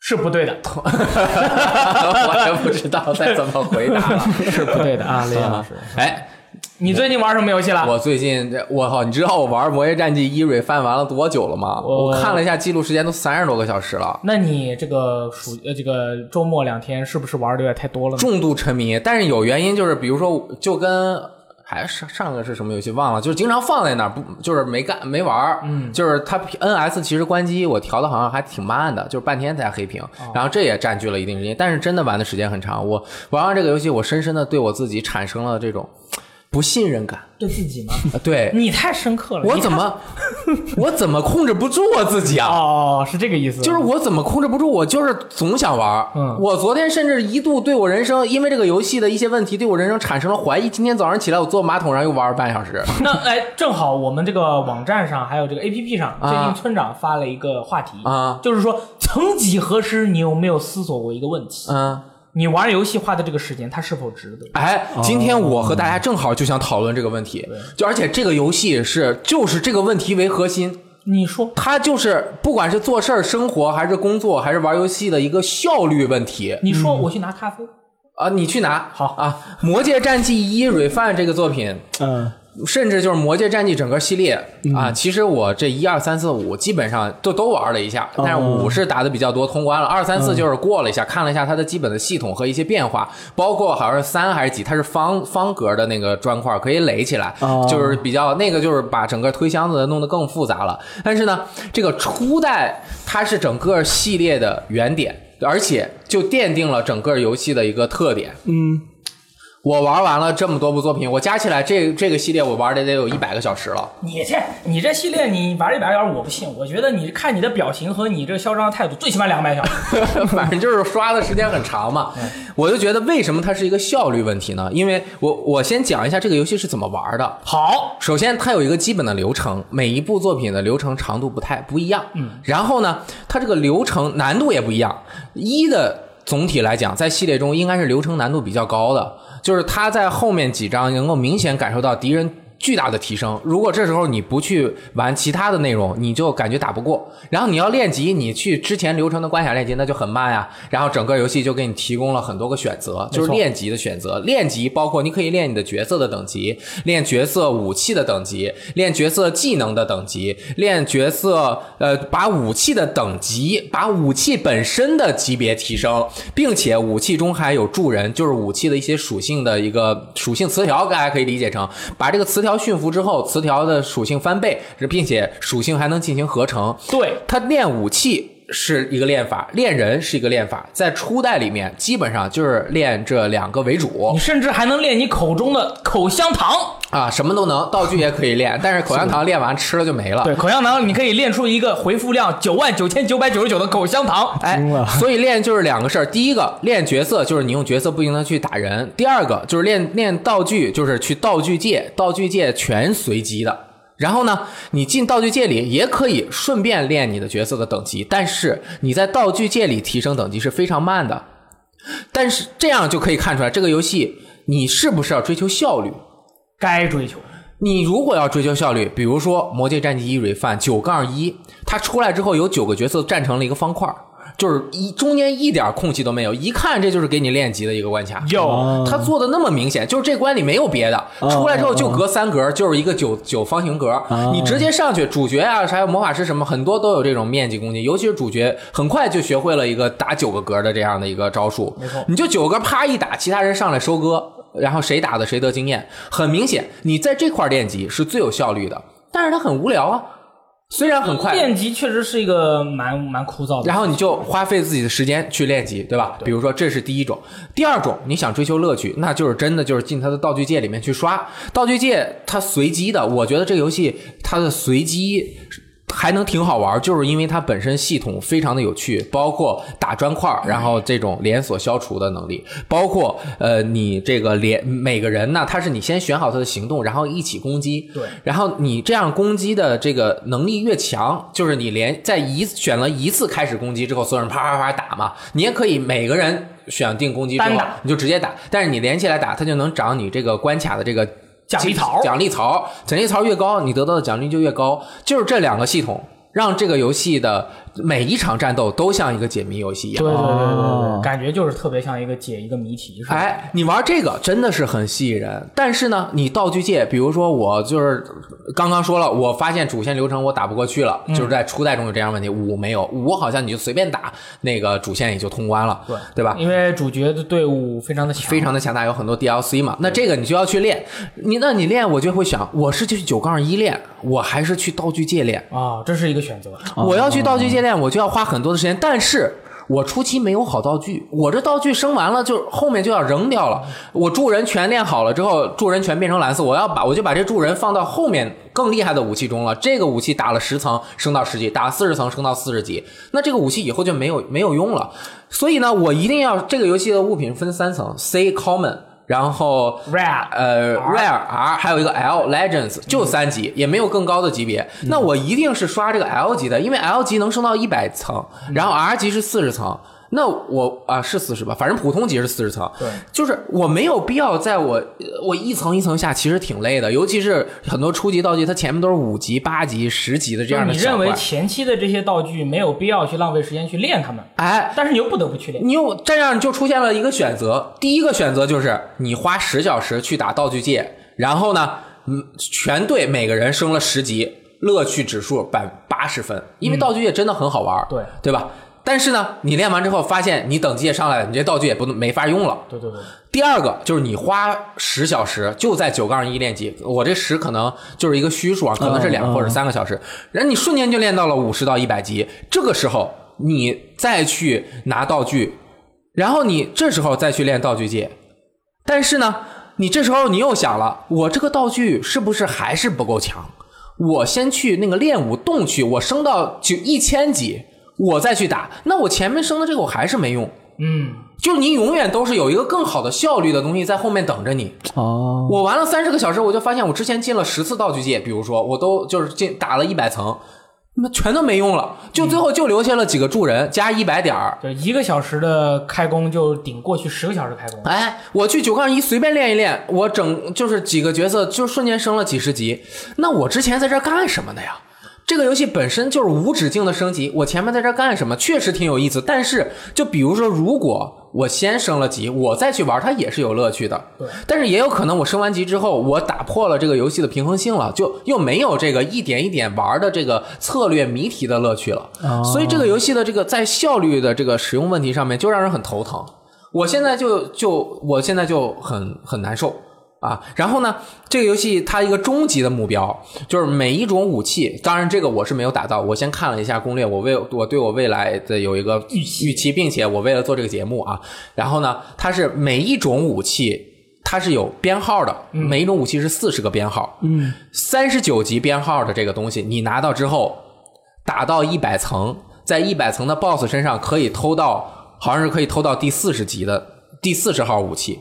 是不 对的，
我也不知道该怎么回答了。
是不对的啊，雷老师。
哎，
你最近玩什么游戏了？
我最近这我靠，你知道我玩《魔界战记一》蕊饭玩了多久了吗？
我
我看了一下记录时间，都三十多个小时了。
那你这个暑呃这个周末两天是不是玩的有点太多了呢？
重度沉迷，但是有原因，就是比如说，就跟还上上个是什么游戏忘了，就是经常放在那儿，不就是没干没玩儿，嗯，就是它 NS 其实关机我调的好像还挺慢的，就是半天才黑屏，
哦
然后这也占据了一定时间，但是真的玩的时间很长。我玩完这个游戏，我深深的对我自己产生了这种不信任感，
对自己吗？
呃对
你太深刻了。
我
嗯你
怎么我怎么控制不住我自己啊？
哦，是这个意思，
就是我怎么控制不住，我就是总想玩儿。
嗯
我昨天甚至一度对我人生，因为这个游戏的一些问题，对我人生产生了怀疑。今天早上起来，我坐马桶上又玩了半小时。
那哎，正好我们这个网站上还有这个 A P P 上，
啊
最近村长发了一个话题
啊
就是说曾几何时，你有没有思索过一个问题？
嗯，
你玩游戏花的这个时间，它是否值得？
哎，今天我和大家正好就想讨论这个问题，就而且这个游戏是就是这个问题为核心。
你说
它就是不管是做事儿、生活，还是工作，还是玩游戏的一个效率问题
你说我去拿咖啡，
啊！你去拿
好
啊，《魔界战记一》《refine》这个作品，
嗯，
甚至就是《魔界战记》整个系列、啊，其实我这一二三四五基本上都都玩了一下，但是五是打的比较多，通关了。二三四就是过了一下，看了一下它的基本的系统和一些变化，包括好像是三还是几，它是方方格的那个砖块可以垒起来，
哦
就是比较那个就是把整个推箱子弄得更复杂了。但是呢，这个初代它是整个系列的原点，而且就奠定了整个游戏的一个特点。我玩完了这么多部作品，我加起来这这个系列我玩的得有一百个小时了。
你这你这系列你玩一百小时，我不信。我觉得你看你的表情和你这嚣张的态度，最起码两百小 时。
反正就是刷的时间很长嘛。我就觉得为什么它是一个效率问题呢？因为我我先讲一下这个游戏是怎么玩的。
好，
首先，它有一个基本的流程，每一部作品的流程长度不太不一样。嗯，然后呢，它这个流程难度也不一样。一的总体来讲，在系列中应该是流程难度比较高的，就是它在后面几章能够明显感受到敌人。巨大的提升。如果这时候你不去玩其他的内容，你就感觉打不过。然后你要练级，你去之前流程的关卡练级，那就很慢呀。然后整个游戏就给你提供了很多个选择，就是练级的选择。练级包括你可以练你的角色的等级，练角色武器的等级，练角色技能的等级，练角色呃把武器的等级，把武器本身的级别提升，并且武器中还有助人，就是武器的一些属性的一个属性词条，大家可以理解成把这个词条驯服之后，词条的属性翻倍，并且属性还能进行合成。
对，
他练武器是一个练法，练人是一个练法，在初代里面基本上就是练这两个为主
你甚至还能练你口中的口香糖。
啊，什么都能，道具也可以练，但是口香糖练完吃了就没了。
对，口香糖你可以练出一个回复量九万九千九百九十九的口香糖。
哎
惊了，
所以练就是两个事儿，第一个练角色就是你用角色不停的去打人，第二个就是练练道具，就是去道具界，道具界全随机的。然后呢，你进道具界里也可以顺便练你的角色的等级，但是你在道具界里提升等级是非常慢的。但是这样就可以看出来，这个游戏你是不是要追求效率？
该追求。
你如果要追求效率，比如说《魔界战记一 Refine》九杠一，它出来之后有九个角色站成了一个方块儿，就是一中间一点空隙都没有，一看这就是给你练级的一个关卡。
有
哦
他做的那么明显，就是这关里没有别的，出来之后就隔三格，就是一个九九方形格，你直接上去，主角啊，还有魔法师什么，很多都有这种面积攻击，尤其是主角，很快就学会了一个打九个格的这样的一个招数，
没错
你就九个啪一打，其他人上来收割，然后谁打的谁得经验，很明显，你在这块练级是最有效率的，但是它很无聊啊，虽然很快，
练级确实是一个蛮蛮枯燥的。
然后你就花费自己的时间去练级，对吧？比如说这是第一种，第二种你想追求乐趣，那就是真的就是进它的道具界里面去刷。道具界它随机的，我觉得这个游戏它的随机。还能挺好玩，就是因为它本身系统非常的有趣，包括打砖块儿，然后这种连锁消除的能力，包括呃你这个连每个人呢，他是你先选好他的行动，然后一起攻击，
对
然后你这样攻击的这个能力越强，就是你连在一选了一次开始攻击之后，所有人啪啪啪打嘛，你也可以每个人选定攻击之后
单打，
你就直接打，但是你连起来打，它就能涨你这个关卡的这个
奖励槽
奖励槽，奖励槽越高，你得到的奖励就越高，就是这两个系统。让这个游戏的每一场战斗都像一个解谜游戏一样，
对对对对对
哦
对，感觉就是特别像一个解一个谜题似的。
哎，你玩这个真的是很吸引人，但是呢，你道具界，比如说我就是刚刚说了，我发现主线流程我打不过去了，就是在初代中有这样问题，五没有，五好像你就随便打那个主线也就通关了，对对吧？
因为主角的队伍非常的强，
非常的强大，有很多 DLC 嘛，那这个你就要去练，你那你练，我就会想，我是去九杠一练，我还是去道具界练？
啊，这是一个选择。
我要去道具界练，我就要花很多的时间，但是。我初期没有好道具，我这道具升完了就后面就要扔掉了。我助人全练好了之后，助人全变成蓝色，我要把我就把这助人放到后面更厉害的武器中了。这个武器打了十层升到十级，打了四十层升到四十级，那这个武器以后就没有没有用了。所以呢，我一定要这个游戏的物品分三层：C common，然后
Rare
呃
R 嗯
Rare R，还有一个 L Legends，就三级，也没有更高的级别。那我一定是刷这个 L 级的，因为 L 级能升到一百层，
嗯
然后 R 级是四十层。那我啊是四十吧，反正普通级是四十层。
对
就是我没有必要在我我一层一层下，其实挺累的，尤其是很多初级道具，它前面都是五级、八级、十级的这
就是
样的
你
小
认为
怪。
前期的这些道具没有必要去浪费时间去练它们，
哎，
但是你又不得不去练。
你又这样就出现了一个选择，第一个选择就是你花十小时去打道具界，然后呢，嗯，全队每个人升了十级，乐趣指数百八十分，因为道具界真的很好玩，
嗯对
对吧？但是呢，你练完之后发现你等级也上来了，你这道具也不能没法用了。
对对对，
第二个就是你花十小时就在九杠一练级，我这十可能就是一个虚数啊，可能是两或者三个小时，然后你瞬间就练到了五十到一百级，这个时候你再去拿道具，然后你这时候再去练道具界，但是呢，你这时候你又想了，我这个道具是不是还是不够强？我先去那个练武洞去，我升到就一千级，我再去打，那我前面升的这个我还是没用。
嗯，
就是你永远都是有一个更好的效率的东西在后面等着你。
哦，
我玩了三十个小时，我就发现我之前进了十次道具界，比如说我都就是进打了一百层，那全都没用了，就最后就留下了几个助人加一百点儿。
对，一个小时的开工就顶过去十个小时开工。
哎，我去九杠一随便练一练，我整就是几个角色就瞬间升了几十级。那我之前在这儿干什么的呀？这个游戏本身就是无止境的升级，我前面在这儿干什么？确实挺有意思。但是，就比如说，如果我先升了级，我再去玩，它也是有乐趣的。
对
但是也有可能我升完级之后，我打破了这个游戏的平衡性了，就又没有这个一点一点玩的这个策略谜题的乐趣了。所以这个游戏的这个在效率的这个使用问题上面，就让人很头疼。我现在就就我现在就很很难受啊。然后呢，这个游戏它一个终极的目标就是每一种武器，当然这个我是没有打到，我先看了一下攻略，我为我对我未来的有一个预期，预期，并且我为了做这个节目啊，然后呢，它是每一种武器。它是有编号的，每一种武器是四十个编号，嗯，三十九级编号的这个东西，你拿到之后，打到一百层，在一百层的 BOSS 身上可以偷到，好像是可以偷到第四十级的第四十号武器，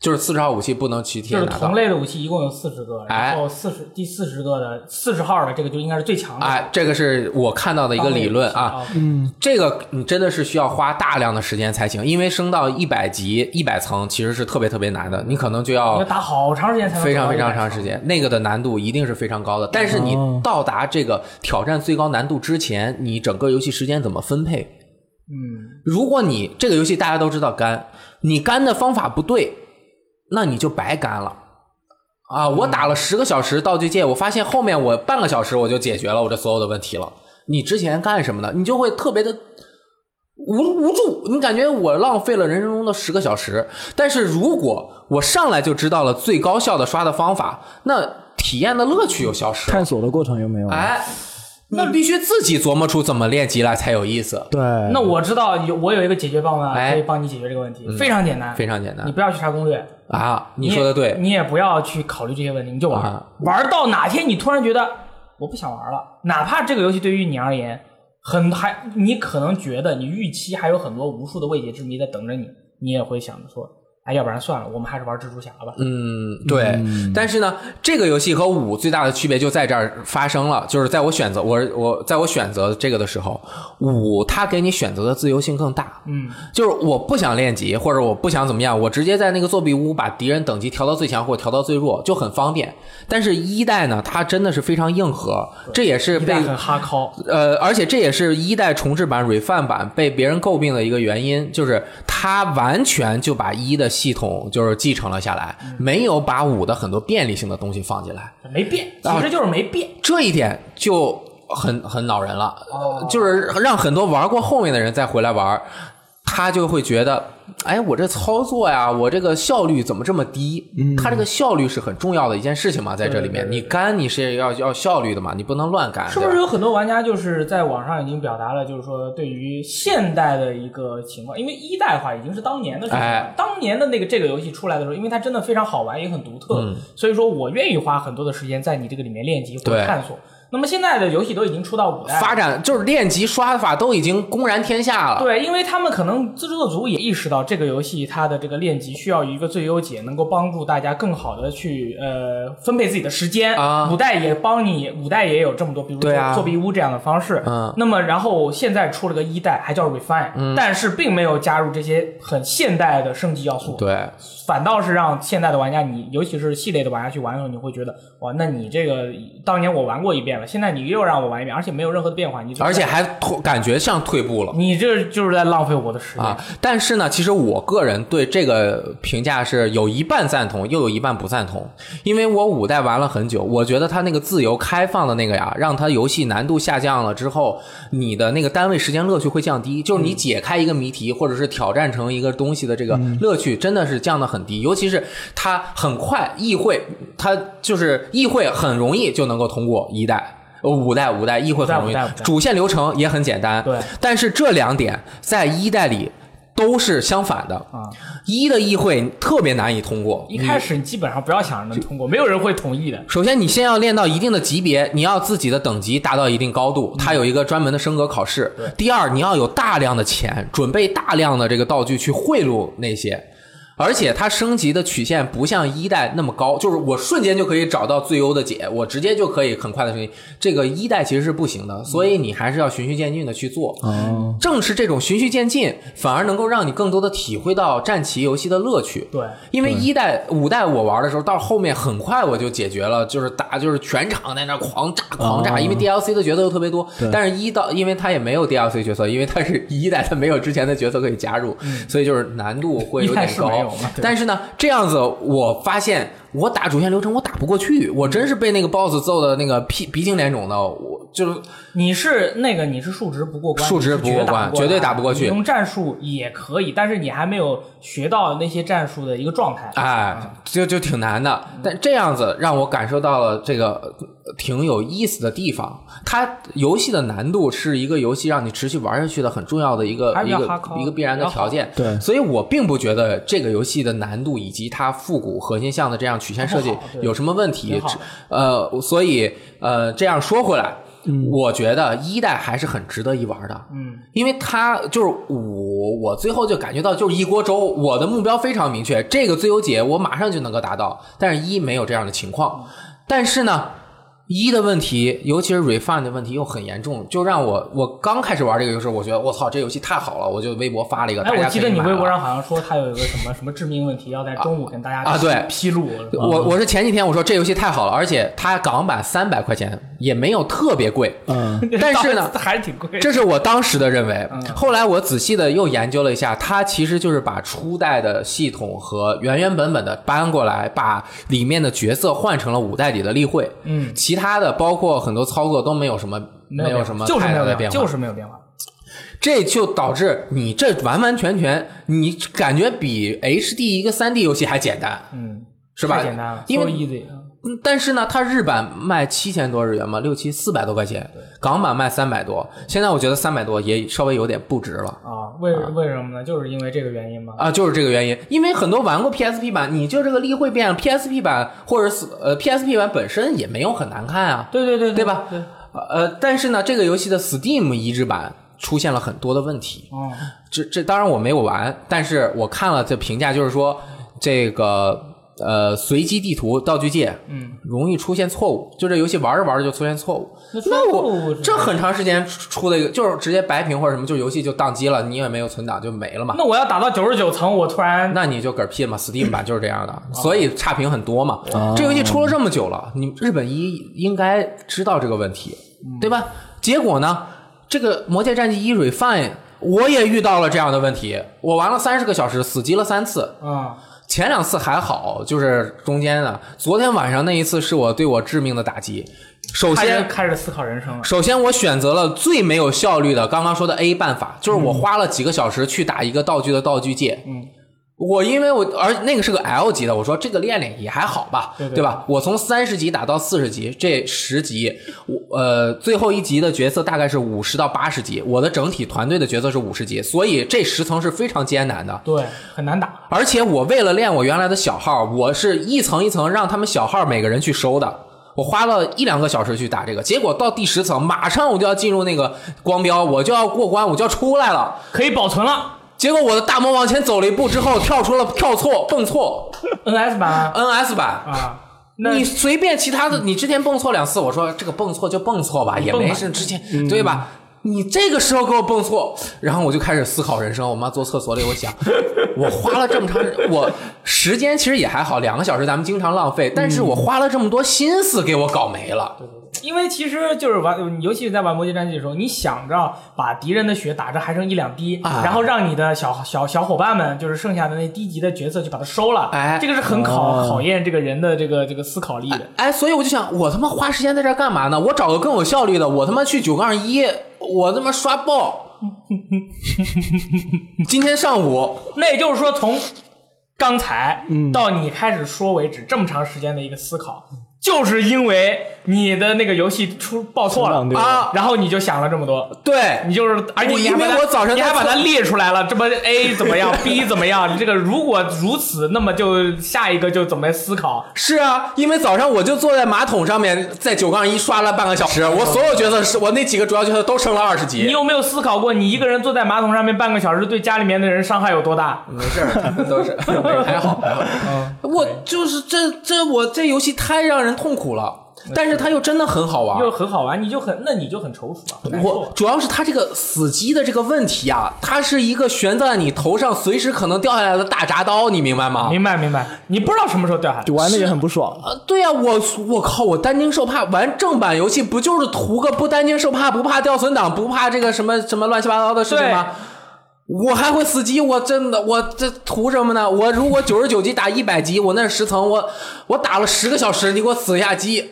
就是四十号武器不能去
就
贴
是
拿到
同。类的武器一共有四十个，
哎
然后四十第四十个的四十号的这个就应该是最强的。
哎，这个是我看到的一个理论啊，
哦，
这个你真的是需要花大量的时间才行，因为升到一百级、一百层其实是特别特别难的，你可能就
要
要
打好长时间才能
非
打
常
到
非常
100
长时间，那个的难度一定是非常高的。但是你到达这个挑战最高难度之前，你整个游戏时间怎么分配？
嗯，
如果你这个游戏大家都知道干，你干的方法不对，那你就白干了。啊，我
嗯
打了十个小时道具界，我发现后面我半个小时我就解决了我这所有的问题了。你之前干什么的？你就会特别的无无助，你感觉我浪费了人生中的十个小时。但是如果我上来就知道了最高效的刷的方法，那体验的乐趣又消失了。
探索的过程有没有？，
哎，那必须自己琢磨出怎么练级来才有意思，
对，
那我知道有我有一个解决办法
哎嗯
可以帮你解决这个问题，非常简单，
非常简
你
单
不要去查攻略，
啊！你
也
说的对，
你也不要去考虑这些问题，你就玩儿
啊，
玩儿到哪天你突然觉得我不想玩了，哪怕这个游戏对于你而言很还，你可能觉得你预期还有很多无数的未解之谜在等着你，你也会想着说，哎，要不然算了，我们还是玩蜘蛛侠吧。
嗯，对。但是呢，这个游戏和五最大的区别就在这儿发生了，就是在我选择我我在我选择这个的时候，五它给你选择的自由性更大。
嗯，
就是我不想练级，或者我不想怎么样，我直接在那个作弊屋把敌人等级调到最强或者调到最弱，就很方便。但是一代呢，它真的是非常硬核，这也是
一
被
代很哈靠，
呃，而且这也是一代重置版 refan 版被别人诟病的一个原因，就是它完全就把一的系统就是继承了下来，
嗯
没有把五的很多便利性的东西放进来，
没变，
啊
其实就是没变。
这一点就很很恼人了，
哦
就是让很多玩过后面的人再回来玩，他就会觉得，哎，我这操作呀，我这个效率怎么这么低？他这个效率是很重要的一件事情嘛，在这里面，
嗯对对对
你干你是要要效率的嘛，你不能乱干，
是
对
不
吧
是有很多玩家就是在网上已经表达了，就是说对于现代的一个情况，因为一代的话已经是当年的事情了。
哎
当年的那个这个游戏出来的时候，因为它真的非常好玩，也很独特，
嗯
所以说我愿意花很多的时间在你这个里面练级或者
对
探索。那么现在的游戏都已经出到五代了，
发展就是练级刷法都已经公然天下了。
对，因为他们可能制作组也意识到这个游戏它的这个练级需要一个最优解，能够帮助大家更好的去呃分配自己的时间。
啊
五代也帮你，五代也有这么多，比如说
对啊
作弊屋这样的方式。
嗯
那么然后现在出了个一代，还叫 refine，、但是并没有加入这些很现代的升级要素。
对，
反倒是让现在的玩家，你尤其是系列的玩家去玩的时候，你会觉得哇，那你这个当年我玩过一遍了，现在你又让我玩一遍，而且没有任何的变化，你这
而且还退感觉像退步了。
你这就是在浪费我的时间。
啊，但是呢，其实我个人对这个评价是有一半赞同，又有一半不赞同，因为我五代玩了很久，我觉得它那个自由开放的那个呀，让它游戏难度下降了之后，你的那个单位时间乐趣会降
嗯
低，就是你解开一个谜题或者是挑战成一个东西的这个乐趣真的是降得很低，尤其是它很快议会，它就是议会很容易就能够通过一代。呃五代五代议会很容易
五代五代五代，
主线流程也很简单，
对
但是这两点在一代里都是相反的
啊。
一的议会特别难以通过，
一开始你基本上不要想着能通过，没有人会同意的。
首先，你先要练到一定的级别，你要自己的等级达到一定高
嗯
度，它有一个专门的升格考试。第二，你要有大量的钱，准备大量的这个道具去贿赂那些。而且它升级的曲线不像一代那么高，就是我瞬间就可以找到最优的解，我直接就可以很快的升级。这个一代其实是不行的，所以
嗯
你还是要循序渐进的去做。
哦，
正是这种循序渐进，反而能够让你更多的体会到战棋游戏的乐趣。
对，
因为一代、五代我玩的时候，到后面很快我就解决了，就是打就是全场在那狂炸狂炸，因为 DLC 的角色又特别多。但是一到因为它也没有 DLC 角色，因为它是一代，它没有之前的角色可以加入，所以就是难度会有
嗯一代
点
是没有
高
嘛对。
但是呢，这样子我发现我打主线流程我打不过去，我真是被那个 BOSS 揍的那个屁鼻青脸肿的，我就是
你是那个你是数值不过关，
数值
你是
不过关
绝
绝对打不过
的
去
你用战术也可以，但是你还没有学到那些战术的一个状态。啊
哎，就就挺难的。
嗯
但这样子让我感受到了这个呃挺有意思的地方。它游戏的难度是一个游戏让你持续玩下去的很重要的一个
还比
一
较
个
哈扣
一个必然的条件。
比较好对
所以我并不觉得这个游戏的难度以及它复古核心项的这样曲线设计
不好对
有什么问题
挺好。
呃，所以呃，这样说回来，我觉得一代还是很值得一玩的。
嗯，
因为它就是五，我最后就感觉到就是一锅粥。我的目标非常明确，
嗯
这个最优解我马上就能够达到，但是一没有这样的情况。但是呢，一的问题，尤其是 refund 的问题又很严重，就让我我刚开始玩这个游戏，我觉得我操这游戏太好了，我就微博发了一个。
哎，
大家
我
可以
记得你
买啊
微
了
博上好像说它有一个什么什么致命问题，要在中午跟大家
啊对
披露。
我我是前几天我说这游戏太好了，而且它港版三百块钱也没有特别 贵，
嗯，
但是呢
还是挺贵的。
这是我当时的认为。
嗯
后来我仔细的又研究了一下，它其实就是把初代的系统和原原本本的搬过来，把里面的角色换成了五代里的例会，
嗯，
其他的包括很多操作都没有什么
没
有什么
就是
太
没
大
有
的
变
变
化，
化，
就是没有变化。
这就导致你这完完全全你感觉比 HD 一个 3D 游戏还简单。
嗯，
是吧
太简单了，
因为
so easy。
嗯但是呢，它日版卖七千多日元嘛，六七四百多块钱，港版卖三百多。现在我觉得三百多也稍微有点不值了
啊，为为什么呢？就是因为这个原因吗？
啊，就是这个原因。因为很多玩过 PSP 版，你就这个例会变了 PSP 版，或者是呃 PSP 版本身也没有很难看啊，
对对对
对吧
对，
呃，但是呢，这个游戏的 Steam 移植版出现了很多的问题。
嗯，
这这当然我没有玩，但是我看了这评价，就是说这个呃随机地图道具界，
嗯，
容易出现错误，就这游戏玩着玩着就出现错误。
那出
那
错误
我
是
这很长时间出出的一个，就是直接白屏或者什么，就游戏就宕机了，你也没有存档就没了嘛。
那我要打到九十九层，我突然
那你就嗝屁嘛，Steam 版就是这样的，所以差评很多嘛。这游戏出了这么久了，你日本一应该知道这个问题，对吧？结果呢，这个《魔界战记一 Refine》我也遇到了这样的问题，我玩了三十个小时，死机了三次。
啊，
前两次还好，就是中间的。昨天晚上那一次是我对我致命的打击。首
开始
先，
开始思考人生了。
首先，我选择了最没有效率的，刚刚说的 A 办法，就是我花了几个小时去打一个道具的道具界。
嗯，
我因为我而那个是个 L 级的，我说这个练练也还好吧，
对对
吧？我从三十级打到四十级，这十级，我呃最后一级的角色大概是五十到八十级，我的整体团队的角色是五十级，所以这十层是非常艰难的。
对，很难打。
而且我为了练我原来的小号，我是一层一层让他们小号每个人去收的。我花了一两个小时去打这个，结果到第十层，马上我就要进入那个光标，我就要过关，我就要出来了。
可以保存了。
结果我的大魔往前走了一步之后，跳出了跳错蹦错
NS 版
NS 版。
啊，那
你随便其他的，你之前蹦错两次，我说这个蹦错就蹦错吧，也
蹦吧嗯
没事，之前对吧？你这个时候给我蹦错，然后我就开始思考人生。我妈坐厕所里，我想，我花了这么长时，我时间其实也还好，两个小时咱们经常浪费，但是
嗯
我花了这么多心思给我搞没了。
因为其实就是玩，尤其是在玩《魔界战记》的时候，你想着把敌人的血打着还剩一两滴，
啊
然后让你的小小小伙伴们，就是剩下的那低级的角色就把它收了，
哎
这个是很考、
哦
考验这个人的这个这个思考力的。
哎，所以我就想，我他妈花时间在这儿干嘛呢？我找个更有效率的，我他妈去九杠一，我他妈刷爆。 今天上午，
那也就是说，从刚才到你开始说为止，这么长时间的一个思考，就是因为你的那个游戏出报错
冲
了
浪对
啊
然后你就想了这么多。
对
你就是，而且
我
你还
因为
把它
我早上
你
在
还把它
测
列出来了，这么 A 怎么样 ，B 怎么样？你这个如果如此，那么就下一个就怎么思考？
是啊，因为早上我就坐在马桶上面，在九杠一刷了半个小时，我所有角色是我那几个主要角色都升了二十
你
级。
有没有思考过，你一个人坐在马桶上面半个小时，对家里面的人伤害有多大？
没事儿，他们 都是没还好还好。我就是这这我这游戏太让人痛苦了，但是它又真的很好玩。
就很好玩，你就很，那你就很踌躇啊，很难受
我主要是它这个死机的这个问题啊，它是一个悬在你头上随时可能掉下来的大铡刀，你明白吗？
明白明白，你不知道什么时候掉下来
就。玩的也很 不爽。
呃，对呀、我我靠，我担惊受怕。玩正版游戏不就是图个不担惊受怕，不怕掉存档，不怕这个什么什么乱七八糟的事情吗？我还会死机，我真的，我这图什么呢？我如果九十九级打一百级，我那十层，我我打了十个小时，你给我死一下机，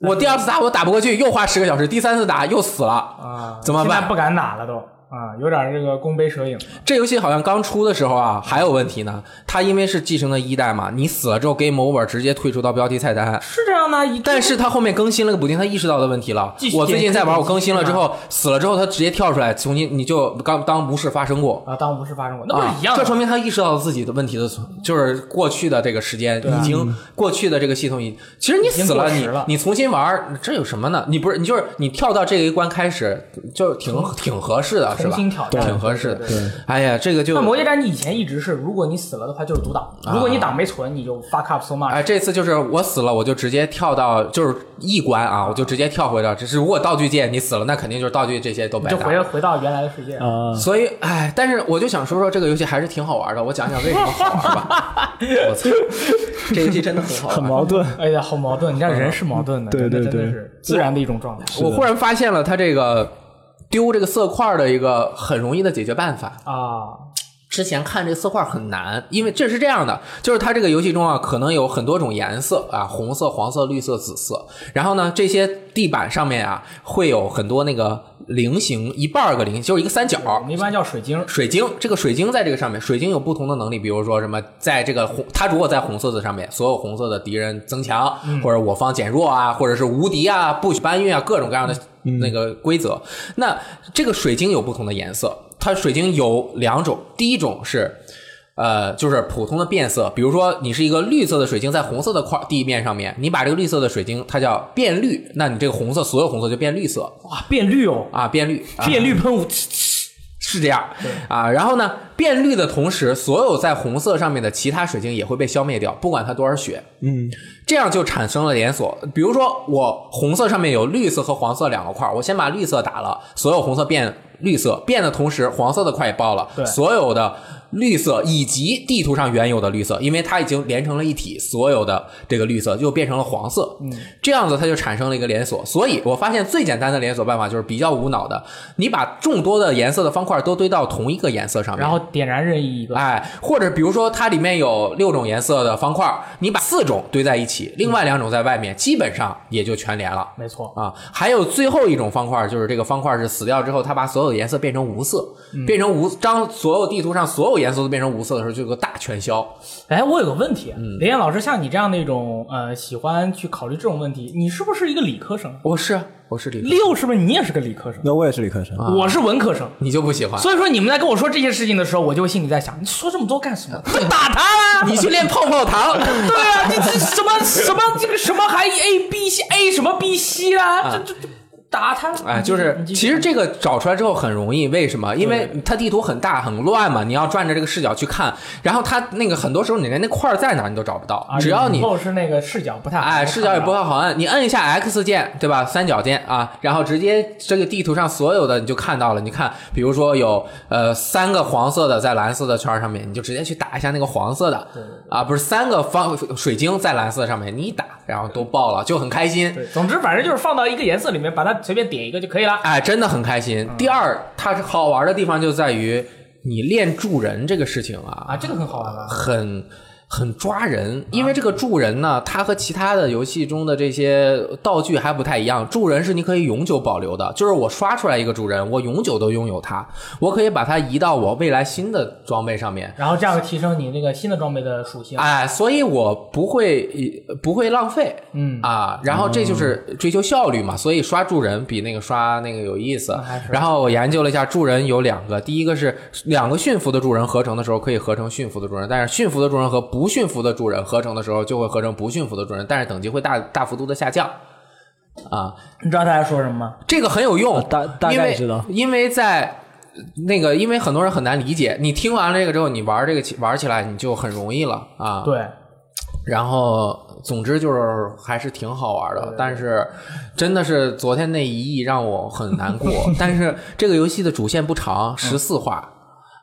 我第二次打我打不过去，又花十个小时，第三次打又死了。
啊，
怎么办
现在不敢打了都啊，有点这个弓背蛇影。
这游戏好像刚出的时候啊，还有问题呢。它因为是继承的一代嘛，你死了之后 Game Over 直接退出到标题菜单。
是这样的，一
但是他后面更新了个补丁，他意识到的问题了
继。续
我最近在玩，
点
我更新了之后死了之后，他直接跳出来，重新你就刚当无事发生过。
啊，当无事发生过，那不
啊
是一，样
这说
的？
明他意识到自己的问题的存，就是过去的这个时间已经过去的这个系统已，其实你死
啊嗯已经过
了，
时
你
了
你重新玩，这有什么呢？你不是你就是你跳到这一关开始就挺挺合适的，是
重
吧？
新挑战，
挺合适的
对。对对
对，
哎呀，这个就
那魔界战记以前一直是，如果你死了的话就是独挡，
啊
如果你挡没存，你就 fuck up so much。
哎，这次就是我死了，我就直接跳到就是一关啊，我就直接跳回到，只是如果道具界你死了，那肯定就是道具这些都
你
白
就
搭
回。回到原来的世界。
啊，
所以，哎，但是我就想说说这个游戏还是挺好玩的。我讲讲为什么好玩吧。我操，这游戏真的很好玩。
很 矛盾。
哎呀，好矛盾！你看人是矛盾的，
对
真的
对
真的
对
是自然的一种状态。
我忽然发现了它这个丢这个色块的一个很容易的解决办法。
啊，
之前看这个色块很难，因为这是这样的，就是它这个游戏中啊，可能有很多种颜色啊，红色、黄色、绿色、紫色。然后呢，这些地板上面啊，会有很多那个菱形，一半儿个菱，就是一个三角。
我们一般叫水晶，
水晶，这个水晶在这个上面，水晶有不同的能力，比如说什么，在这个红，它如果在红色的上面，所有红色的敌人增强，或者我方减弱啊，或者是无敌啊，不许搬运啊，各种各样的那个规则。那这个水晶有不同的颜色，它水晶有两种，第一种是。呃，就是普通的变色，比如说你是一个绿色的水晶在红色的块地面上面，你把这个绿色的水晶它叫变绿，那你这个红色所有红色就变绿色
哇，变绿哦，
啊，变绿，啊、
变绿喷雾，
是这样啊。然后呢，变绿的同时，所有在红色上面的其他水晶也会被消灭掉，不管它多少血。
嗯，
这样就产生了连锁。比如说，我红色上面有绿色和黄色两个块儿，我先把绿色打了，所有红色变绿色，变的同时，黄色的块也爆了
对，
所有的绿色以及地图上原有的绿色，因为它已经连成了一体，所有的这个绿色就变成了黄色。嗯，这样子它就产生了一个连锁。所以我发现最简单的连锁办法就是比较无脑的，你把众多的颜色的方块都堆到同一个颜色上面
然，后点燃任意一个。
哎，或者比如说它里面有六种颜色的方块儿，你把四种堆在一起，另外两种在外面，基本上也就全连了。
没错，
啊，还有最后一种方块儿，就是这个方块儿是死掉之后，它把所有颜色变成无色，
嗯
变成无当所有地图上所有颜色都变成无色的时候，就有个大全消。
哎，我有个问题，雷燕老师，像你这样的一种呃，喜欢去考虑这种问题，你是不是一个理科生？啊
我是我是理科，
六是不是你也是个理科生？
那我也是理科生，
啊
我是文科生，
你就不喜欢，
所以说你们在跟我说这些事情的时候，我就心里在想，你说这么多干什么？就打他啦！
你去练泡泡糖。
对啊，你这什么什么这个什么还 A B C A 什么 B C 啦，这这这打他！
啊哎，就是
你继续
其实这个找出来之后很容易，为什么？因为它地图很大很乱嘛，你要转着这个视角去看，然后它那个很多时候你连那块儿在哪儿你都找不到
啊，
只要你
以。后是那个视角不太好
哎，视角也不
好
太好按，你摁一下 X 键，对吧？三角键啊，然后直接这个地图上所有的你就看到了。你看，比如说有呃三个黄色的在蓝色的圈儿上面，你就直接去打一下那个黄色的，啊，不是三个方水晶在蓝色上面，你一打，然后都爆了，就很开心。
看到。总之，反正就是放到一个颜色里面，把它随便点一个就可以了。
哎，真的很开心。第二，它是好玩的地方就在于你练助人这个事情啊，
啊，这个很好玩吧？
很很抓人，因为这个助人呢，它和其他的游戏中的这些道具还不太一样。助人是你可以永久保留的，就是我刷出来一个助人，我永久都拥有它，我可以把它移到我未来新的装备上面。
然后这样提升你那个新的装备的属性。
哎，所以我不会呃不会浪费，
嗯
啊，然后这就是追求效率嘛，所以刷助人比那个刷那个有意思
那还是。
然后我研究了一下，助人有两个，第一个是两个驯服的助人合成的时候可以合成驯服的助人，但是驯服的助人和不驯服的助人合成的时候就会合成不驯服的助人，但是等级会大大幅度的下降。啊，
你知道他在说什么吗？
这个很有用，
大大概知道
因为，因为在。那个，因为很多人很难理解，你听完了这个之后，你玩这个起玩起来你就很容易了啊。
对，
然后，总之就是还是挺好玩的，但是真的是昨天那一役让我很 难过。但是这个游戏的主线不长，十四话。
嗯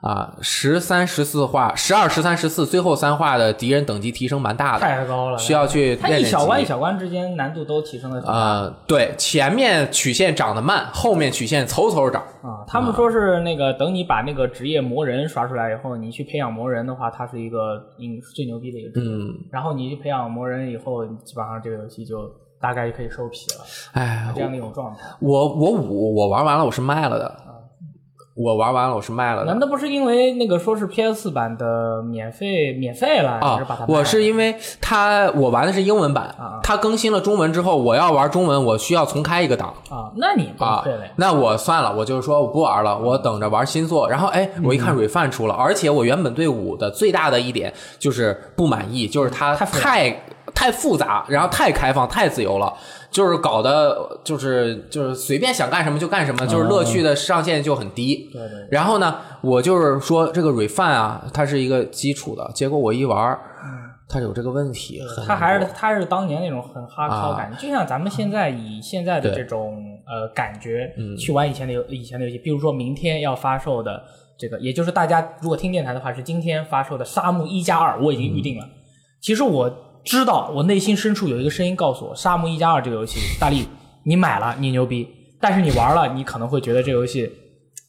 啊，十三、十四话，十二、十三、十四，最后三话的敌人等级提升蛮大的，
太高了。
需要去
他
练
一
练级
小关一小关之间难度都提升的啊
啊、对，前面曲线涨得慢，后面曲线嗖嗖涨。
啊他
啊
们说是那个等你把那个职业魔人刷出来以后，你去培养魔人的话，它是一个嗯最牛逼的一个职业。
嗯，
然后你去培养魔人以后，基本上这个游戏就大概可以收皮了，
哎，
这样的一种状态。
我我五我玩完了，我是卖了
啊
的，我玩完了我是卖了的
难。道不是因为那个说是 PS 版的免费免费了，你是把它
啊，
卖了
我是因为它我玩的是英文版
啊，
它更新了中文之后，我要玩中文，我需要重开一个档
啊，那你不
啊
退了呀？。
那我算了，我就是说我不玩了，我等着玩新作。然后哎，
嗯
我一看 refund 出了，而且我原本对五的最大的一点就是不满意，就是它
太复杂
太。太复杂，然后太开放、太自由了，就是搞得就是就是随便想干什么就干什么，就是乐趣的上限就很低。
哦对对
然后呢，我就是说这个 refine 啊，它是一个基础的，结果我一玩儿，它有这个问题。很
他还
难
是
过
他是当年那种很哈靠感觉，就像咱们现在以现在的
对嗯
这种呃感觉去玩以前的游以前的游戏，比如说明天要发售的这个，也就是大家如果听电台的话是今天发售的《沙漠一加二》，我已经预
嗯
定了。其实我知道，我内心深处有一个声音告诉我，《沙漠一加二》这个游戏，大力你买了你牛逼，但是你玩了你可能会觉得这游戏。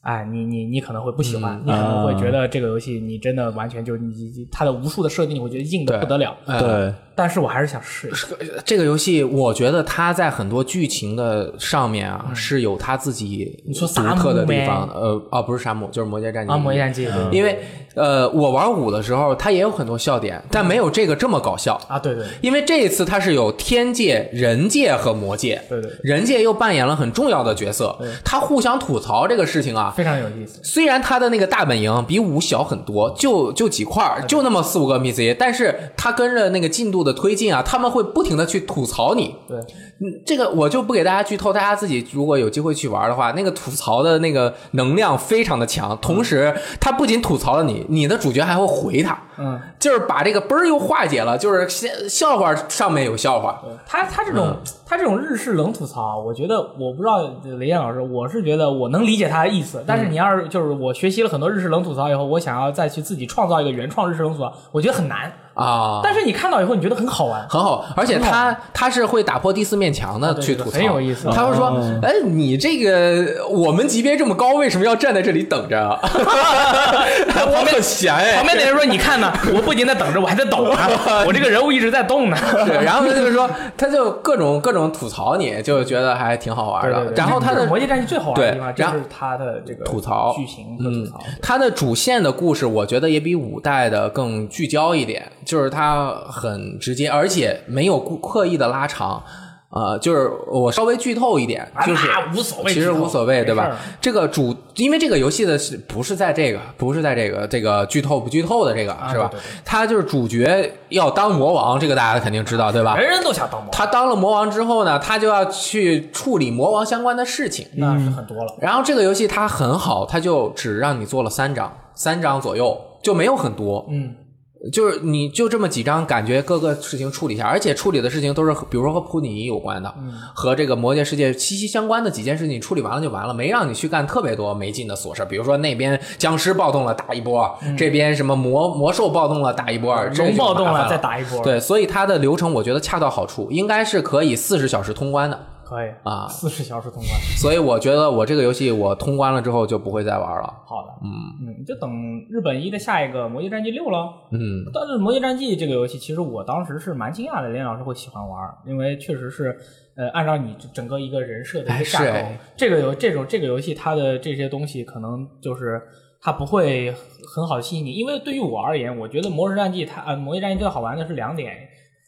哎，你你你可能会不喜
嗯
欢，你可能
啊
会觉得这个游戏你真的完全就你你它的无数的设定，你会觉得硬的
对哎
不得了。
对，啊
但是我还是想试一下。
这个游戏，我觉得它在很多剧情的上面啊，是有它自己
嗯你说
独
沙漠
特的地
呗
方的。呃，啊，不是沙漠，就是《魔界战记》
啊，魔战记，
因为呃，我玩五的时候，它也有很多笑点，但没有这个这么搞笑。
啊，对对
因为这一次它是有天界、人界和魔界，
对对对
人界又扮演了很重要的角色，它互相吐槽这个事情啊。
非常有意思。
虽然它的那个大本营比五小很多，就就几块儿，就那么四五个 NPC，但是它跟着那个进度的推进啊，他们会不停的去吐槽你，
对，
嗯，这个我就不给大家剧透，大家自己如果有机会去玩的话，那个吐槽的那个能量非常的强，同时他不仅吐槽了你，你的主角还会回他，
嗯，
就是把这个嘣儿又化解了，就是笑笑话上面有笑话，
他他这种他这种日式冷吐槽，我觉得我不知道呃雷燕老师，我是觉得我能理解他的意思，但是你要是就是我学习了很多日式冷吐槽以后，我想要再去自己创造一个原创日式冷吐槽，我觉得很难。
啊。
但是你看到以后，你觉得很好玩。
很好，而且他他是会打破第四面墙的
啊对
去吐槽，
很有意思
他会说
哦：“
哎，你这个我们级别这么高，为什么要站在这里等 着啊？”我很闲 哎，
旁边的人说：“你看 呢，我不仅在等着，我还在抖呢，我这个人物一直在动呢。
对，然后他就是说，他就各种各种吐槽你，就觉得还挺好”玩
对
的。
对 对，
然后他
这是
的
《魔界战记》最好玩的地方
对
就
然后
是他的这个
吐槽嗯
剧情和吐槽。
他的主线的故事，我觉得也比五代的更聚焦一点，就是他很直接，而且没有故刻意的拉长。呃，就是我稍微剧透一点，
啊
就是
那无所谓
其实
剧透
无所谓，
没
对
事
吧
儿？
这个主，因为这个游戏的是不是在这个，不是在这个这个剧透不剧透的这个是吧
啊对对？
他就是主角要当魔王，这个大家肯定知道，对吧？
人人都想当魔王，
他当了魔王之后呢，他就要去处理魔王相关的事情。
那是很多了。
然后这个游戏它很好，它就只让你做了三张，三张左右就没有很多，
嗯，
就是你就这么几张，感觉各个事情处理一下，而且处理的事情都是和比如说和普里尼有关的，
嗯
和这个魔界世界息息相关的几件事情，你处理完了就完了，没让你去干特别多没劲的琐事。比如说那边僵尸暴动了打一波，
嗯
这边什么魔魔兽暴动了打一波，这个
龙嗯
就
暴动
麻烦了
再打一波，，
对，所以它的流程我觉得恰到好处，应该是可以四十小时通关的。
可以
啊
四十小时通关，
所以我觉得我这个游戏我通关了之后就不会再玩了。
好的，嗯嗯，就等日本一的下一个《魔界战记六》了。
嗯，
但是《魔界战记》这个游戏，其实我当时是蛮惊讶的，连老师会喜欢玩儿，因为确实是，呃，按照你整个一个人设的一
哎
个
是
架构
哎，
这个游这种这个游戏它的这些东西，可能就是它不会很好吸引你，因为对于我而言，我觉得《魔兽战记》它呃，《魔界战记》最好玩的是两点，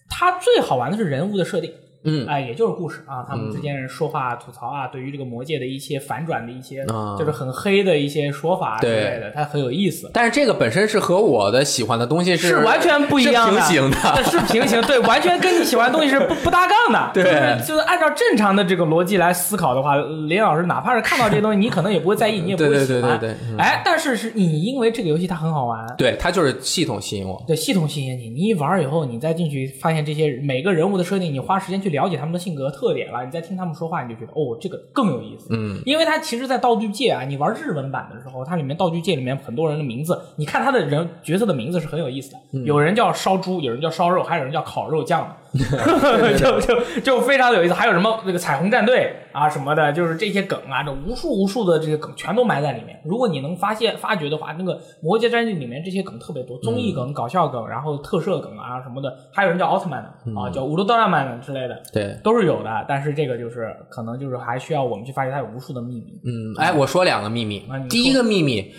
它最好玩的是人物的设定。
嗯
哎，也就是故事啊，他们之间人说话啊、吐槽啊，对于这个魔界的一些反转的一些，
啊
就是很黑的一些说法之类的，它很有意思，
但是这个本身是和我的喜欢的东西
是完全不一样的，
是平行的。
是平行，对，完全跟你喜欢的东西是不不搭杠的，
对
就是就是按照正常的这个逻辑来思考的话，林老师哪怕是看到这些东西，你可能也不会在意， 你也不会
对对
喜欢，
对对对嗯
哎，但是是你因为这个游戏它很好玩，
对，它就是系统吸引我。
对系统吸引你，你一玩儿以后，你再进去发现这些每个人物的设定，你花时间去了解他们的性格特点了，你再听他们说话，你就觉得哦，这个更有意思。
嗯，
因为它其实，在道具界啊，你玩日文版的时候，它里面道具界里面很多人的名字，你看他的人角色的名字是很有意思的，有人叫烧猪，有人叫烧肉，还有人叫烤肉酱 的，就就就非常有意思。还有什么那个彩虹战队啊什么的，就是这些梗啊，这无数无数的这些梗全都埋在里面。如果你能发现发掘的话，那个《魔界战记》里面这些梗特别多，综艺梗、搞笑梗，然后特摄梗啊什么的，还有人叫奥特曼的啊，叫乌鲁德拉曼的之类的。
对，
都是有的，但是这个就是可能就是还需要我们去发掘它有无数的秘密。
嗯，哎，我说两个秘密
啊你。说
第一个秘密，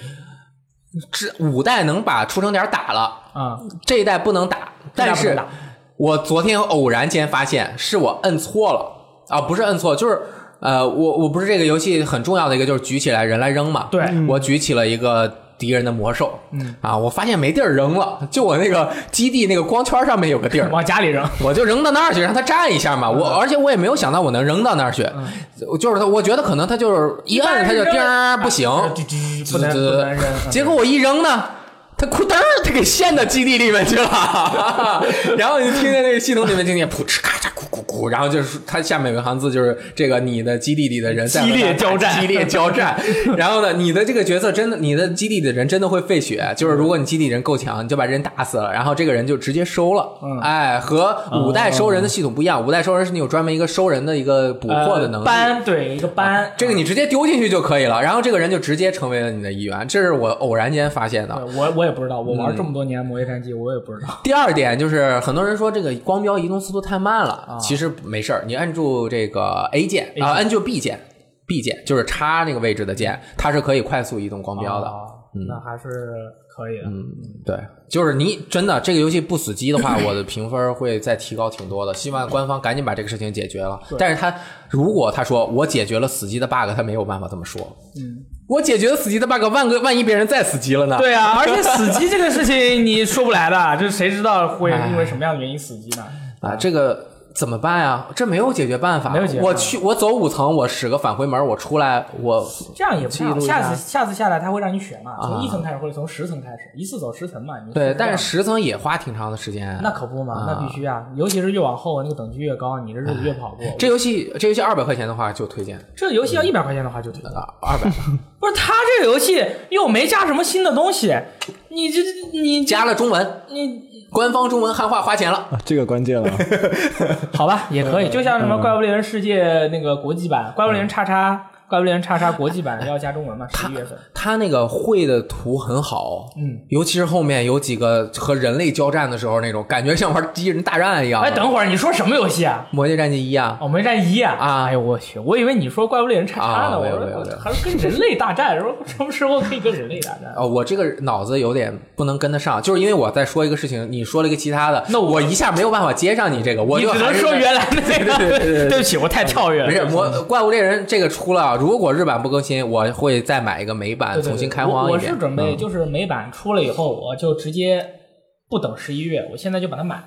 这五代能把出生点打了，
啊、
这一代不能打。
这一代
但
不能
是
打，
我昨天偶然间发现是我摁错了啊，不是摁错，就是。呃，我我不是这个游戏很重要的一个，就是举起来人来扔嘛。
对
我举起了一个敌人的魔兽，嗯啊，我发现没地儿扔了，就我那个基地那个光圈上面有个地儿，
往家里扔。
我就扔到那儿去，让它站一下嘛。我而且我也没有想到我能扔到那儿去，我就是它，我觉得可能它就是嗯一摁哎它就叮儿不行，
吱吱
滋
不能不能
滋
扔。嗯
结果我一扔呢。它裤噔儿，它给陷到基地里面去了， 然后你就听见那个系统里面听见噗嗤咔嚓咕咕咕，然后就是它下面有一行字，就是这个你的基地里的人在和它
激烈交战
激烈 交战。然后呢，你的这个角色真的，你的基地的人真的会费血，就是如果你基地人够强，你就把人打死了，然后这个人就直接收了。
嗯
哎，和五代收人的系统不一样，五代收人是你有专门一个收人的一个捕获的能
呃
力。啊
班对一个班，
这个你直接丢进去就可以了，然后这个人就直接成为了你的一员，这是我偶然间发现的。
对呃我我也不知道，我
嗯
玩这么多年《魔界战记》，我也不知道。
第二点就是，很多人说这个光标移动速度太慢了，其实没事儿，你按住这个 A 键啊、按住 B 键，B 键就是叉那个位置的键，它是可以快速移动光标的。
哦那还是可以的。
嗯，对，就是你真的这个游戏不死机的话，我的评分会再提高挺多的。希望官方赶紧把这个事情解决了。但是他如果他说我解决了死机的 bug，他没有办法这么说。
嗯，
我解决了死机的 bug，万个万一别人再死机了呢？
对啊，而且死机这个事情你说不来的，就是谁知道会
哎
因为什么样的原因死机呢？
啊，这个怎么办呀？这没有解决办法。
没有解决办法
我去，我走五层，我使个返回门，我出来，我
这样也不
记录
好，
一下啊
下次下次下来他会让你选嘛，从一层开始或者从十层开始，一次走十层嘛。你
对，
这样
但是十层也花挺长的时间。
那可不嘛，
啊哎
那必须啊，尤其是越往后那个等级越高，你这日子越不好过。
这游戏，这游戏二百块钱的话就推荐
这游戏要一百块钱的话就退了。
啊，二百
不是他这个游戏又没加什么新的东西，你这你
加了中文，
你
官方中文汉化花钱了。
啊这个关 键了啊，
好吧
嗯
也可以，就像什么《怪物猎人世界》那个国际版，《怪物猎人叉叉》《怪物猎人叉叉》国际版要加中文嘛？
嗯
十一月份。
他那个绘的图很好，嗯，尤其是后面有几个和人类交战的时候那种感觉，像玩机器人大战一样。
哎，等会儿你说什么游戏啊？
《魔界战记一》啊，
哦，没战一啊！
啊
哎呦我去，我以为你说怪物猎人叉叉
啊
呢，我
没有
说
没有
我
没有
还是跟人类大战，说什么时候可以跟人类大战？
哦，我这个脑子有点不能跟得上，就是因为我在说一个事情，你说了一个其他的，
那我
我一下没有办法接上你这个，我
你
就
只
还
能
是
说
在
原来的那个。
对对对对
对不起，我太跳跃了。
没事，魔怪物猎人这个出了，啊如果日版不更新，我会再买一个美版
对对对
重新开荒
我
一嗯
我
遍。
是准备就是美版出了以后，我就直接不等十一月，我现在就把它买了，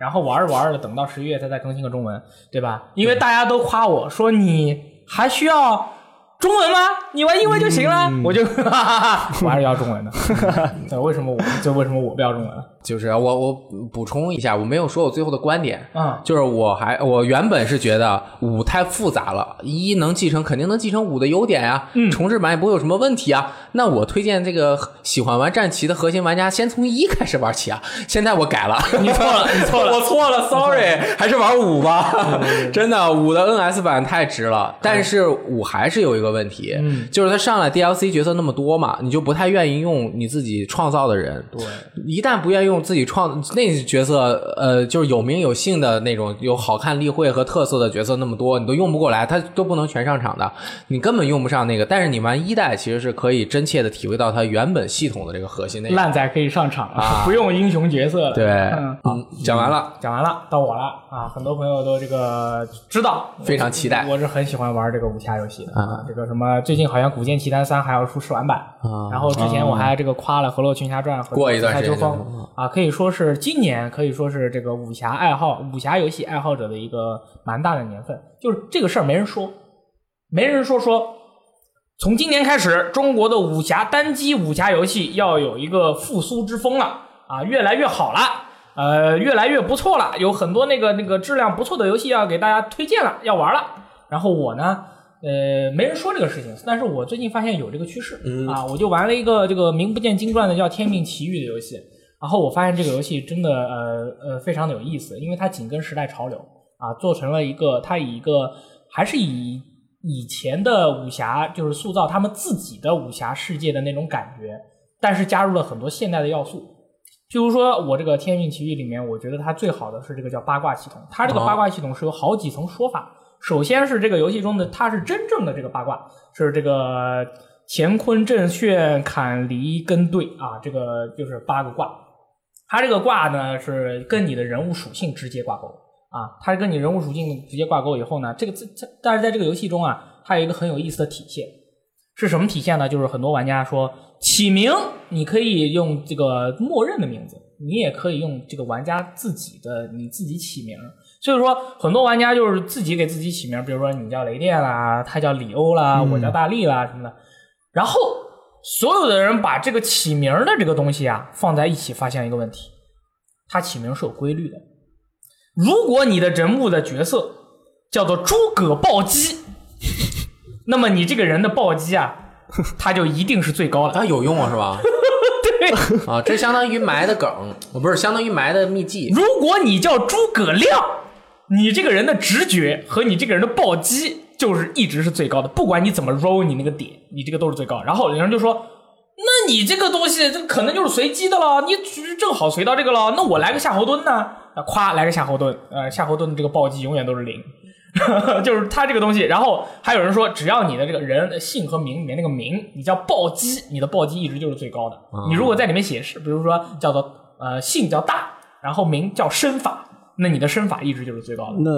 然后玩着玩着，等到十一月它再更新个中文，对吧？因为大家都夸我说你还需要。中文吗？你玩英文就行了，
嗯
我就 哈哈哈，我还是要中文的。 对，为什么我就为什么我不要中文了？
就是我我补充一下，我没有说我最后的观点，
嗯
就是我还我原本是觉得五太复杂了，一能继承肯定能继承五的优点呀、嗯，重置版也不会有什么问题啊。那我推荐这个喜欢玩战棋的核心玩家先从一开始玩起啊。 现在我改了，
你错了，你错了 嗯
我。错了，sorry，还是玩五吧。 真的，五的 NS 版太值了，但是五还是有一个问题，
嗯
就是它上来 DLC 角色那么多嘛，你就不太愿意用你自己创造的人。对，一旦不愿意用自己创那角色，呃，就是有名有姓的那种，有好看立绘和特色的角色那么多，你都用不过来，它都不能全上场的，你根本用不上那个。但是你玩一代其实是可以真切的体会到它原本系统的这个核心内容。
烂仔可以上场了，
啊
不用英雄角色了。
对，
嗯，
嗯，讲完了。
讲完了，到我了啊！很多朋友都这个知道，
非常期待
我是很喜欢玩这个武侠游戏的
啊
这个什么，最近好像《古剑奇谭三》还要出试玩版，
啊
然后之前我还这个夸了《河洛群侠传》和《
过一段时间嗯
秋风
就》
啊，可以说是今年可以说是这个武侠爱好、武侠游戏爱好者的一个蛮大的年份。就是这个事儿没人说，没人说说。从今年开始，中国的武侠单机武侠游戏要有一个复苏之风了啊，越来越好了，呃，越来越不错了，有很多那个那个质量不错的游戏要给大家推荐了，要玩了。然后我呢，呃，没人说这个事情，但是我最近发现有这个趋势、啊，我就玩了一个这个名不见经传的叫《天命奇遇》的游戏，然后我发现这个游戏真的呃呃非常的有意思，因为它紧跟时代潮流啊，做成了一个它以一个还是以以前的武侠就是塑造他们自己的武侠世界的那种感觉，但是加入了很多现代的要素。譬如说，我这个《天命奇遇》里面，我觉得它最好的是这个叫八卦系统。它这个八卦系统是有好几层说法。首先是这个游戏中的，它是真正的这个八卦，是这个乾坤震巽坎离艮兑啊，这个就是八个卦。它这个卦呢是跟你的人物属性直接挂钩啊，它是跟你人物属性直接挂钩以后呢，这个这这，但是在这个游戏中啊，它有一个很有意思的体现，是什么体现呢？就是很多玩家说起名，你可以用这个默认的名字，你也可以用这个玩家自己的你自己起名。所以说，很多玩家就是自己给自己起名，比如说你叫雷电啦，他叫里欧啦，我叫大力啦什么的。然后所有的人把这个起名的这个东西啊放在一起，发现一个问题，它起名是有规律的。如果你的人物的角色叫做诸葛暴击，那么你这个人的暴击啊，他就一定是最高的。
啊，有用啊，是吧？对啊，这相当于埋的梗，我不是相当于埋的秘技。
如果你叫诸葛亮，你这个人的直觉和你这个人的暴击就是一直是最高的，不管你怎么 roll 你那个点，你这个都是最高。然后有人就说。那你这个东西，这可能就是随机的了。你正好随到这个了，那我来个夏侯惇呢？啊，咵，来个夏侯惇。呃，夏侯惇的这个暴击永远都是零， 就是他这个东西。然后还有人说，只要你的这个人姓和名里面那个名，你叫暴击，你的暴击一直就是最高的。你如果在里面写是，比如说叫做呃姓叫大，然后名叫身法，那你的身法一直就是最高的。
那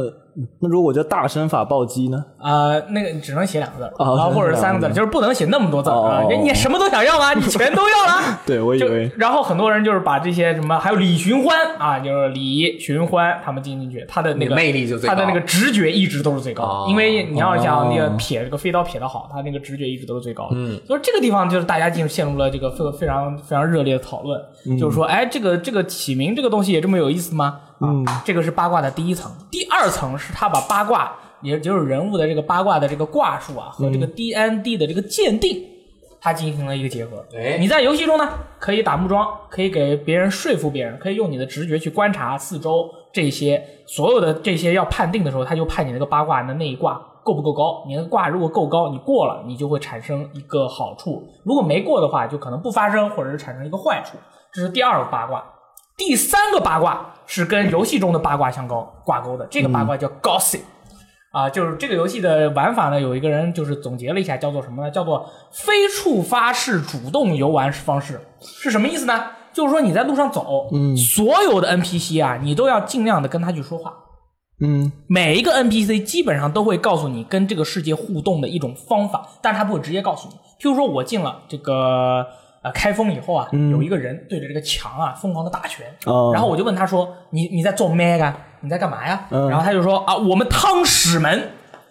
那如果我叫大身法暴击呢？
呃，那个只能写两个字儿，
哦
然后或者是三个字儿，就是不能写那么多字儿啊
哦。
你你什么都想要啊吗？你全都要了。啊
对，我以
就
为
然后很多人就是把这些什么，还有李寻欢啊，就是李寻欢他们进进去，他的那个
魅力就最高
他的那个直觉一直都是最高的，
哦
因为你要想那个
哦
撇这个飞刀撇得好，他那个直觉一直都是最高的。
嗯，
所以这个地方就是大家进入陷入了这个非非常非常热烈的讨论，
嗯
就是说，哎，这个这个起名这个东西也这么有意思吗？啊，
嗯
这个是八卦的第一层，第二层是他把八卦，也就是人物的这个八卦的这个卦术啊和这
嗯
个 D N D 的这个鉴定。它进行了一个结合。
哎
你在游戏中呢，可以打木桩，可以给别人说服别人，可以用你的直觉去观察四周这些所有的这些要判定的时候，他就判你那个八卦的那一卦够不够高。你那个卦如果够高，你过了，你就会产生一个好处；如果没过的话，就可能不发生，或者是产生一个坏处。这是第二个八卦。第三个八卦是跟游戏中的八卦相高挂钩的，这个八卦叫 gossip。啊，就是这个游戏的玩法呢，有一个人就是总结了一下，叫做什么呢？叫做非触发式主动游玩方式，是什么意思呢？就是说你在路上走，嗯，所有的 NPC 啊，你都要尽量的跟他去说话，
嗯
每一个 NPC 基本上都会告诉你跟这个世界互动的一种方法，但是他不会直接告诉你。譬如说，我进了这个呃开封以后啊，有一个人对着这个墙啊疯狂的打拳，
嗯哦
然后我就问他说：“你你在做咩啊？你在干嘛呀？”
嗯
然后他就说：“啊，我们汤屎门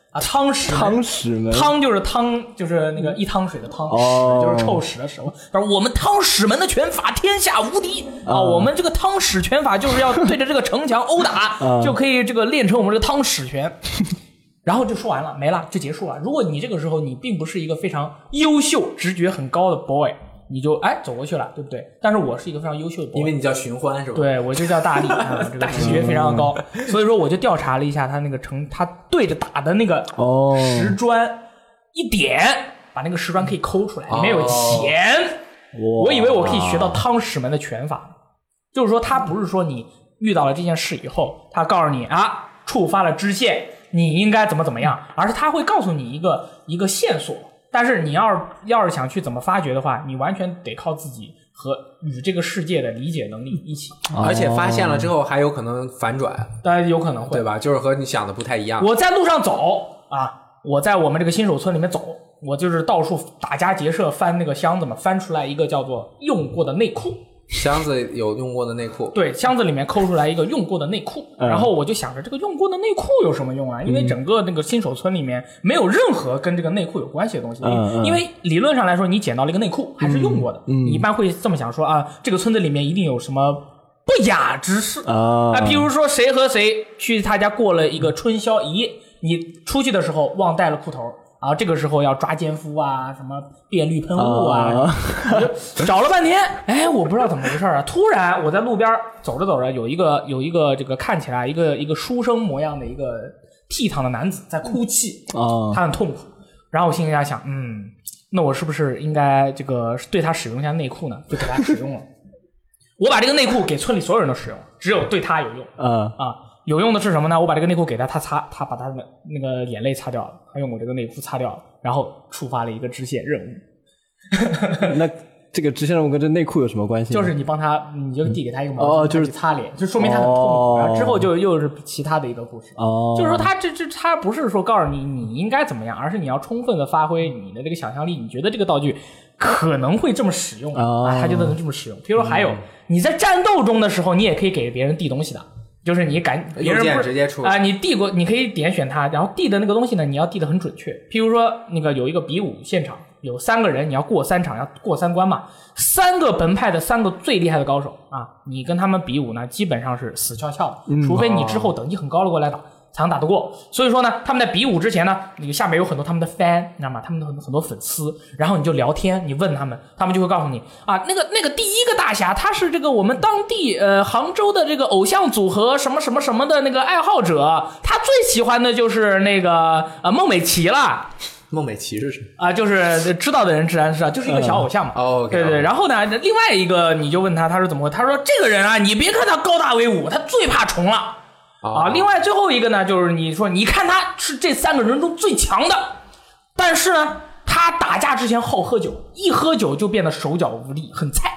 啊，汤屎门
汤匙呢？
汤就是汤，就是那个一汤水的汤，屎、
哦
就是臭屎的屎。反正我们汤屎门的拳法天下无敌、啊！我们这个汤屎拳法就是要对着这个城墙殴 打，
啊
就可以这个练成我们这个汤屎拳。然后就说完了，没了，就结束了。如果你这个时候你并不是一个非常优秀、直觉很高的 boy，你就哎走过去了，对不对？但是我是一个非常优秀的 boy，
因为你叫寻欢是吧？
对，我就叫大力，啊、这个直觉非常 高，所以说我就调查了一下他那个城，他对着打的那个
哦
石砖，一点把那个石砖可以抠出来，里面有钱。我以为我可以学到汤屎门的拳法，就是说他不是说你遇到了这件事以后，他告诉你啊，触发了支线，你应该怎么怎么样，而是他会告诉你一个一个线索。但是你要是要是想去怎么发掘的话，你完全得靠自己和与这个世界的理解能力一起。
而且发现了之后还有可能反转，
当然有可能会
对。吧？就是和你想的不太
啊
一样。
我在路上走啊，我在我们这个新手村里面走，我就是到处打家劫舍翻那个箱子嘛，翻出来一个叫做用过的内裤，
箱子有用过的内裤，
对，箱子里面抠出来一个用过的内裤，
嗯
然后我就想着这个用过的内裤有什么用啊？因为整个那个新手村里面没有任何跟这个内裤有关系的东西，
嗯嗯
因为理论上来说，你捡到了一个内裤还是用过的，你一般会这么想说啊，这个村子里面一定有什么不雅之事
啊
啊，譬如说谁和谁去他家过了一个春宵一夜，你出去的时候忘带了裤头，然后这个时候要抓奸夫啊，什么变绿喷雾啊，我就找了半天，哎，我不知道怎么回事儿啊，突然我在路边走着走着，有一个有一个这个看起来一个一个书生模样的一个倜傥的男子在哭泣，
啊
他很痛苦，然后我心里在想，嗯，那我是不是应该这个对他使用一下内裤呢？就给他使用了。 我把这个内裤给村里所有人都使用，只有对他有用。
啊
啊，有用的是什么呢？我把这个内裤给他，他擦，他把他的那个眼泪擦掉了，他用我这个内裤擦掉了，然后触发了一个支线任务。
那这个支线任务跟这内裤有什么关系呢？
就是你帮他，你就递给他一个毛巾，
哦就是
他去擦脸，就说明他很痛苦。
哦
然后之后就又是其他的一个故事。
哦，
就是说，他这这他不是说告诉你你应该怎么样，而是你要充分的发挥你的这个想象力。你觉得这个道具可能会这么使用，
哦嗯
啊，他就能这么使用。比如说，还有你在战斗中的时候，你也可以给别人递东西的，就是你敢别
右
人
键
不
哎直
是
接出
啊、你递过，你可以点选它，然后递的那个东西呢，你要递的很准确。譬如说，那个有一个比武现场，有三个人，你要过三场，要过三关嘛。三个门派的三个最厉害的高手啊，你跟他们比武呢，基本上是死翘翘的，
嗯
除非你
哦
之后等级很高了过来打。才能打得过，所以说呢，他们在比武之前呢，你下面有很多他们的 fan，你知道吗？他们的很很多粉丝，然后你就聊天，你问他们，他们就会告诉你啊，那个那个第一个大侠，他是这个我们当地呃杭州的这个偶像组合什么什么什么的那个爱好者，他最喜欢的就是那个呃孟美岐了。
孟美岐是谁？
啊，就是知道的人自然知道，就是一个小偶像嘛。
嗯哦，OK，
对对。
哦
然后呢，另外一个你就问他，他说怎么回？他说这个人啊，你别看他高大威武，他最怕虫了
哦
啊。另外最后一个呢，就是你说，你看他是这三个人中最强的，但是呢，他打架之前好喝酒，一喝酒就变得手脚无力，很菜。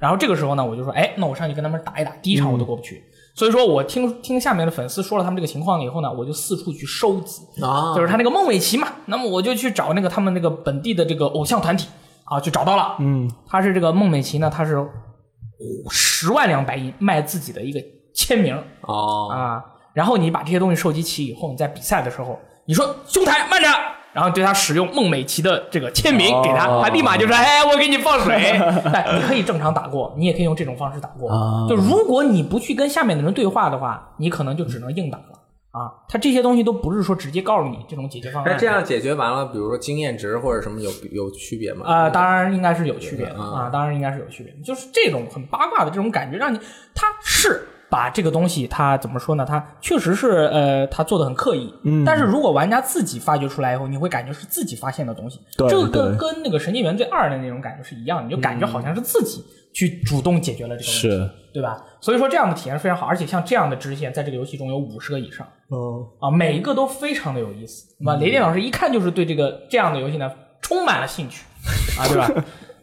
然后这个时候呢，我就说，哎，那我上去跟他们打一打，第一场我都过不去。所以说我听听下面的粉丝说了他们这个情况以后呢，我就四处去收集，
啊
就是他那个孟美岐嘛，那么我就去找那个他们那个本地的这个偶像团体啊，就找到了。嗯，他是这个孟美岐呢，他是十万两白银卖自己的一个签名
哦，
啊，然后你把这些东西收集齐以后，你在比赛的时候，你说兄台慢着。然后对他使用孟美岐的这个签名给他，
哦
他立马 就说：“哎，我给你放水。” 哎，你可以正常打过，你也可以用这种方式打过。
啊
就如果你不去跟下面的人对话的话，你可能就只能硬打了啊。他这些东西都不是说直接告诉你这种解决方案。
那哎这样解决完了，比如说经验值或者什么有有区别吗？
啊，当然应该是有区别的
啊
啊，当然应该是有区别的，就是这种很八卦的这种感觉，让你他是把这个东西，他怎么说呢？他确实是呃，他做的很刻意，嗯，但是如果玩家自己发掘出来以后，你会感觉是自己发现的东西，
对
这个跟
对
跟那个《神经元罪二》的那种感觉是一样的，你就感觉好像是自己去主动解决了这个问题，
是
对吧？所以说这样的体验是非常好，而且像这样的支线，在这个游戏中有五十个以上。
哦，
啊，每一个都非常的有意思。那么雷电老师一看就是对这个这样的游戏呢充满了兴趣啊， 对吧？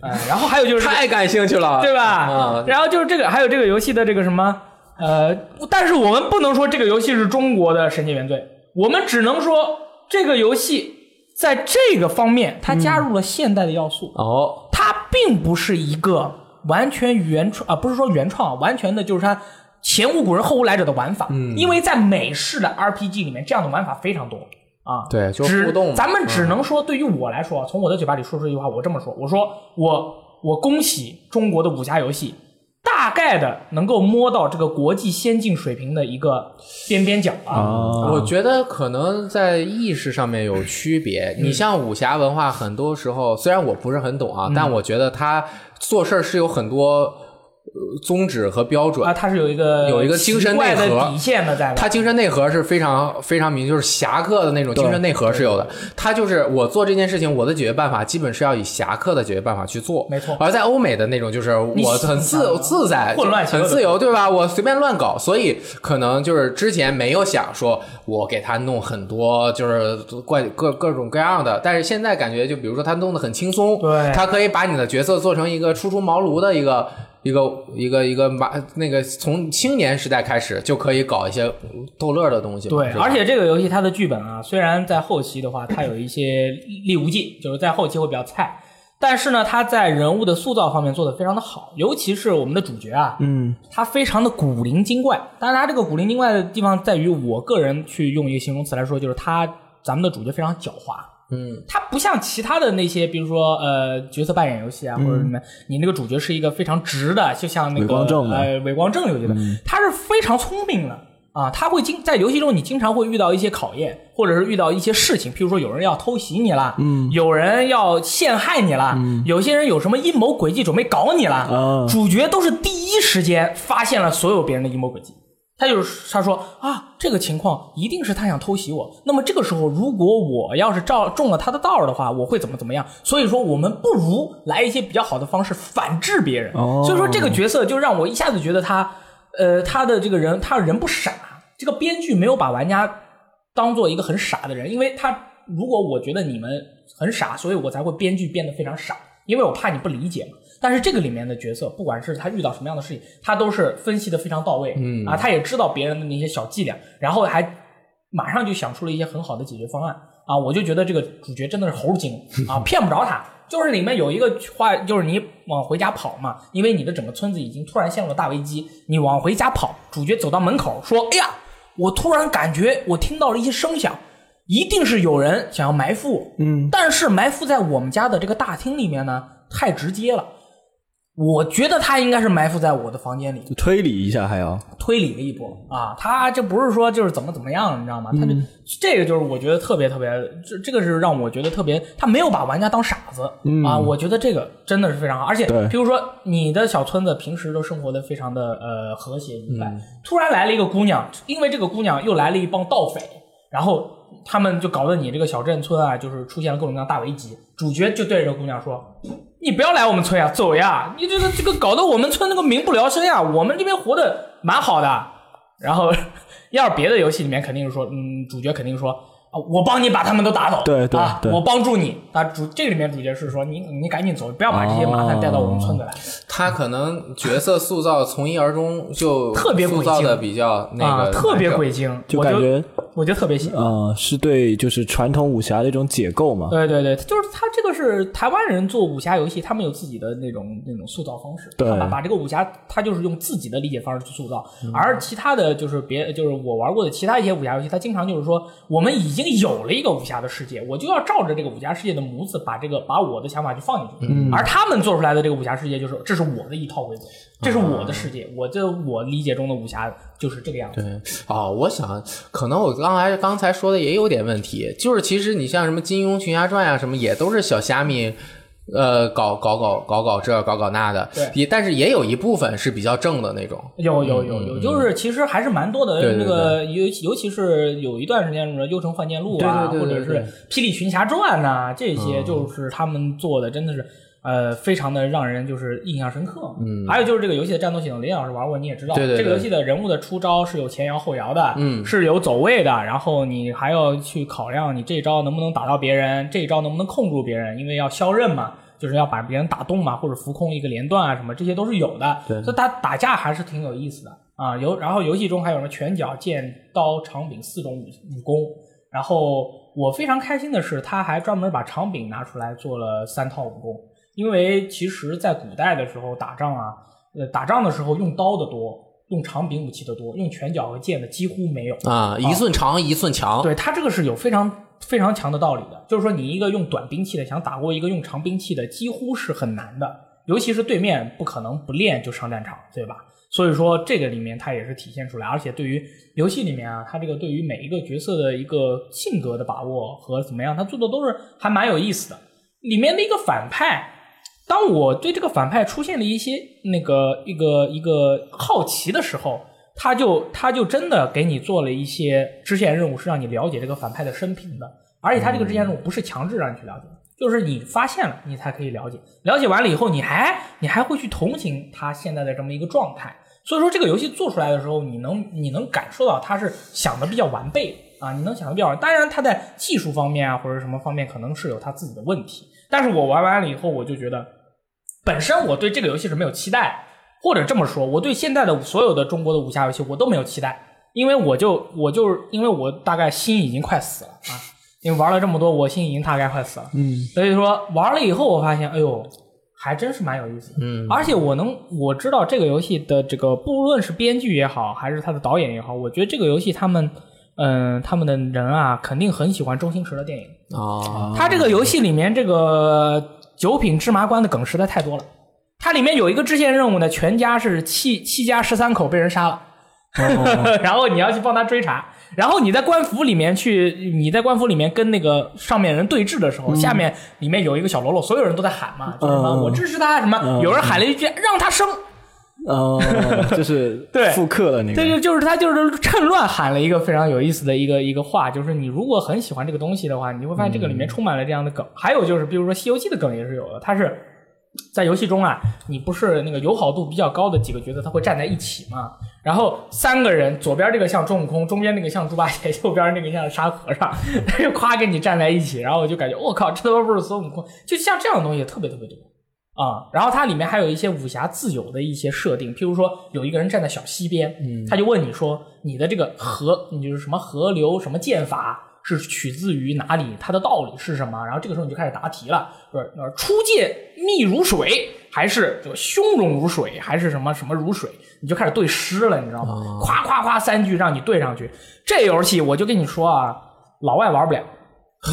嗯，然后还有就是这个、
太感兴趣了，
对吧？
啊，
然后就是这个，还有这个游戏的这个什么呃，但是我们不能说这个游戏是中国的《神界原罪》，我们只能说这个游戏在这个方面它加入了现代的要素，
哦，
它并不是一个完全原创啊，不是说原创啊，完全的就是它前无古人后无来者的玩法。嗯，因为在美式的 RPG 里面，这样的玩法非常多啊。
对就
只
互动嘛嗯
咱们只能说，对于我来说，啊从我的嘴巴里说出一句话，我这么说，我说我我恭喜中国的武侠游戏。大概的能够摸到这个国际先进水平的一个边边角啊，
我觉得可能在意识上面有区别。你像武侠文化，很多时候虽然我不是很懂啊，但我觉得他做事儿是有很多呃宗旨和标准
啊，。它是有一个
有一个精神
奇怪的
内核
底线的在的，
他精神内核是非常非常明，就是侠客的那种精神内核是有的。他就是我做这件事情，我的解决办法基本是要以侠客的解决办法去做，
没错
而在欧美的那种，就是
你
我很
想
自
想
自在、
混乱邪恶
很
的
自由，对吧？我随便乱搞，所以可能就是之前没有想说我给他弄很多，就是怪各各种各样的，但是现在感觉就比如说他弄得很轻松，
对
他可以把你的角色做成一个初出茅庐的一个一个一个一个马那个从青年时代开始就可以搞一些逗乐的东西嘛，
对，
是吧
而且这个游戏它的剧本啊，虽然在后期的话，它有一些力无忌，就是在后期会比较菜，但是呢，它在人物的塑造方面做的非常的好，尤其是我们的主角啊，嗯，他非常的古灵精怪。但是他这个古灵精怪的地方在于，我个人去用一个形容词来说，就是他咱们的主角非常狡猾。
嗯，
他不像其他的那些，比如说呃角色扮演游戏啊，或者什么，你那个主角是一个非常直的，就像那个
伪光正的
呃伪光正游戏的，
嗯
他是非常聪明的啊，他会经在游戏中你经常会遇到一些考验，或者是遇到一些事情，譬如说有人要偷袭你啦，嗯，有人要陷害你啦，有些人有什么阴谋诡计准备搞你啦，
嗯啊
主角都是第一时间发现了所有别人的阴谋诡计。他就是他说啊，这个情况一定是他想偷袭我。那么这个时候，如果我要是照中了他的道儿的话，我会怎么怎么样？所以说，我们不如来一些比较好的方式反制别人。
哦
所以说，这个角色就让我一下子觉得他，呃，他的这个人，他人不傻。这个编剧没有把玩家当做一个很傻的人，因为他如果我觉得你们很傻，所以我才会编剧变得非常傻。因为因为我怕你不理解嘛。但是这个里面的角色，不管是他遇到什么样的事情，他都是分析的非常到位，嗯啊，他也知道别人的那些小伎俩，然后还马上就想出了一些很好的解决方案啊。我就觉得这个主角真的是猴精啊，骗不着他。就是里面有一个话，就是你往回家跑嘛，因为你的整个村子已经突然陷入了大危机，你往回家跑，主角走到门口说：“哎呀，我突然感觉我听到了一些声响。”一定是有人想要埋伏我，嗯，但是埋伏在我们家的这个大厅里面呢，太直接了。我觉得他应该是埋伏在我的房间里，
推理一下还要
推理了一波啊，他这不是说就是怎么怎么样，你知道吗？他就、这个就是我觉得特别特别，这这个是让我觉得特别，他没有把玩家当傻子、啊，我觉得这个真的是非常好。而且
对
比如说你的小村子平时都生活的非常的呃和谐愉快，突然来了一个姑娘，因为这个姑娘又来了一帮盗匪，然后他们就搞得你这个小镇村啊，就是出现了各种各样的大危机。主角就对着这个姑娘说：“你不要来我们村呀，走呀！你这个这个搞得我们村那个民不聊生呀，我们这边活得蛮好的。”然后 要是别的游戏里面肯定是说，嗯，主角肯定说。啊，我帮你把他们都打倒，
对对
啊，
对
我帮助你。啊，主这个里面主角是说，你你赶紧走，不要把这些
哦
麻烦带到我们村子来。
他可能角色塑造从一而终就
特别
塑
鬼
造的
精
比较那
啊，
个，
特别鬼精，
就
我
感觉
我就特别喜欢。
呃是对就是传统武侠的一种解构嘛。
对对对，就是他这个是台湾人做武侠游戏，他们有自己的那种那种塑造方式，
对
他把把这个武侠，他就是用自己的理解方式去塑造，而其他的就是别就是我玩过的其他一些武侠游戏，他经常就是说我们已经有了一个武侠的世界，我就要照着这个武侠世界的模子，把这个把我的想法去放进去，而他们做出来的这个武侠世界就是这是我的一套规则，这是我的世界，我这我理解中的武侠就是这个样子，
对，哦，我想可能我刚才刚才说的也有点问题，就是其实你像什么金庸《群侠传》啊，什么也都是小虾米。呃，搞搞搞搞搞这搞搞那的
对，
也但是也有一部分是比较正的那种，
有有有有，就是其实还是蛮多的。
嗯对
那
对
个尤尤其是有一段时间，什么《幽城幻剑录》啊，
对
或
对对
者
对
是
对嗯
《霹雳群侠传》呐，这些就是他们做的，真的是呃，非常的让人就是印象深刻。嗯，还有就是这个游戏的战斗系统，林老师玩过，你也知道，
对对对
这个游戏的人物的出招是有前摇后摇的，嗯，是有走位的，然后你还要去考量你这招能不能打到别人，这一招能不能控住别人，因为要削刃嘛。就是要把别人打动嘛，或者浮空一个连段啊，什么这些都是有的。对，所以打打架还是挺有意思的啊。游然后游戏中还有什么拳脚、剑、刀、长柄四种武武功。然后我非常开心的是，他还专门把长柄拿出来做了三套武功，因为其实在古代的时候打仗啊，呃，打仗的时候用刀的多，用长柄武器的多，用拳脚和剑的几乎没有。
啊，一寸长一寸强，
对它这个是有非常非常强的道理的，就是说你一个用短兵器的想打过一个用长兵器的，几乎是很难的，尤其是对面不可能不练就上战场，对吧？所以说这个里面它也是体现出来，而且对于游戏里面啊，它这个对于每一个角色的一个性格的把握和怎么样，它做的都是还蛮有意思的。里面的一个反派，当我对这个反派出现了一些那个一个一个好奇的时候，他就他就真的给你做了一些支线任务，是让你了解这个反派的生平的。而且他这个支线任务不是强制让你去了解，就是你发现了你才可以了解。了解完了以后，你还你还会去同情他现在的这么一个状态。所以说这个游戏做出来的时候，你能你能感受到他是想的比较完备的啊，你能想的比较完。当然，他在技术方面啊或者什么方面可能是有他自己的问题，但是我玩完了以后，我就觉得本身我对这个游戏是没有期待，或者这么说，我对现在的所有的中国的武侠游戏我都没有期待，因为我就我就是因为我大概心已经快死了啊，因为玩了这么多，我心已经大概快死了，嗯，所以说玩了以后，我发现，哎呦，还真是蛮有意思的，嗯，而且我能我知道这个游戏的这个，不论是编剧也好，还是他的导演也好，我觉得这个游戏他们。嗯，他们的人啊，肯定很喜欢周星驰的电影。
啊，
哦
它这个游戏里面这个九品芝麻官的梗实在太多了。它里面有一个支线任务呢，全家是七七家十三口被人杀了，
哦
然后你要去帮他追查，然后你在官府里面去，你在官府里面跟那个上面人对峙的时候，下面里面有一个小喽啰，所有人都在喊嘛，就是什么、
嗯
我支持他，什么、有人喊了一句让他生，
哦，就是
对
复刻了那
这
个，
就就是他就是趁乱喊了一个非常有意思的一个一个话，就是你如果很喜欢这个东西的话，你会发现这个里
嗯
面充满了这样的梗。还有就是，比如说《西游记》的梗也是有的，它是在游戏中啊，你不是那个友好度比较高的几个角色，他会站在一起嘛。然后三个人，左边这个像孙悟空，中间那个像猪八戒，右边那个像沙和尚， 他就夸跟你站在一起，然后我就感觉我靠，这他妈不是孙悟空，就像这样的东西特别特别多啊、然后它里面还有一些武侠自由的一些设定，譬如说有一个人站在小溪边，他就问你说你的这个河，你就是什么河流什么剑法是取自于哪里，它的道理是什么？然后这个时候你就开始答题了，就是呃出界密如水，还是就汹涌如水，还是什么什么如水，你就开始对诗了，你知道吗？夸夸夸三句让你对上去，这游戏我就跟你说啊，老外玩不了。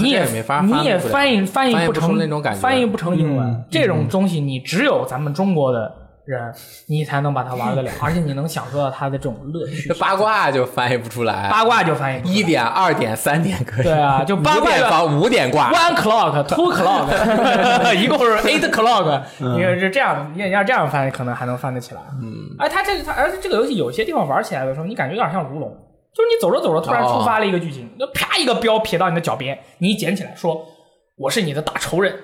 你也
这也没法
你也
翻
翻译翻译
翻译不
成
出那种感觉
翻译不成英文。这种东西你只有咱们中国的人，你才能把它玩得了，而且你能享受到它的这种乐趣
这。八卦就翻译不出来，
八卦就翻译不出来
一点、二点、三点可以，
对啊就八
五
卦
点八五点挂，
one clock two clock，一 共是 eight clock。你看是这样，你要这样翻，可能还能翻得起来。嗯，哎，它这它而且这个游戏有些地方玩起来的时候，你感觉有点像如龙，就是你走着走着突
哦
然触发了一个剧情，那啪一个镖撇到你的脚边，你一捡起来说我是你的大仇人，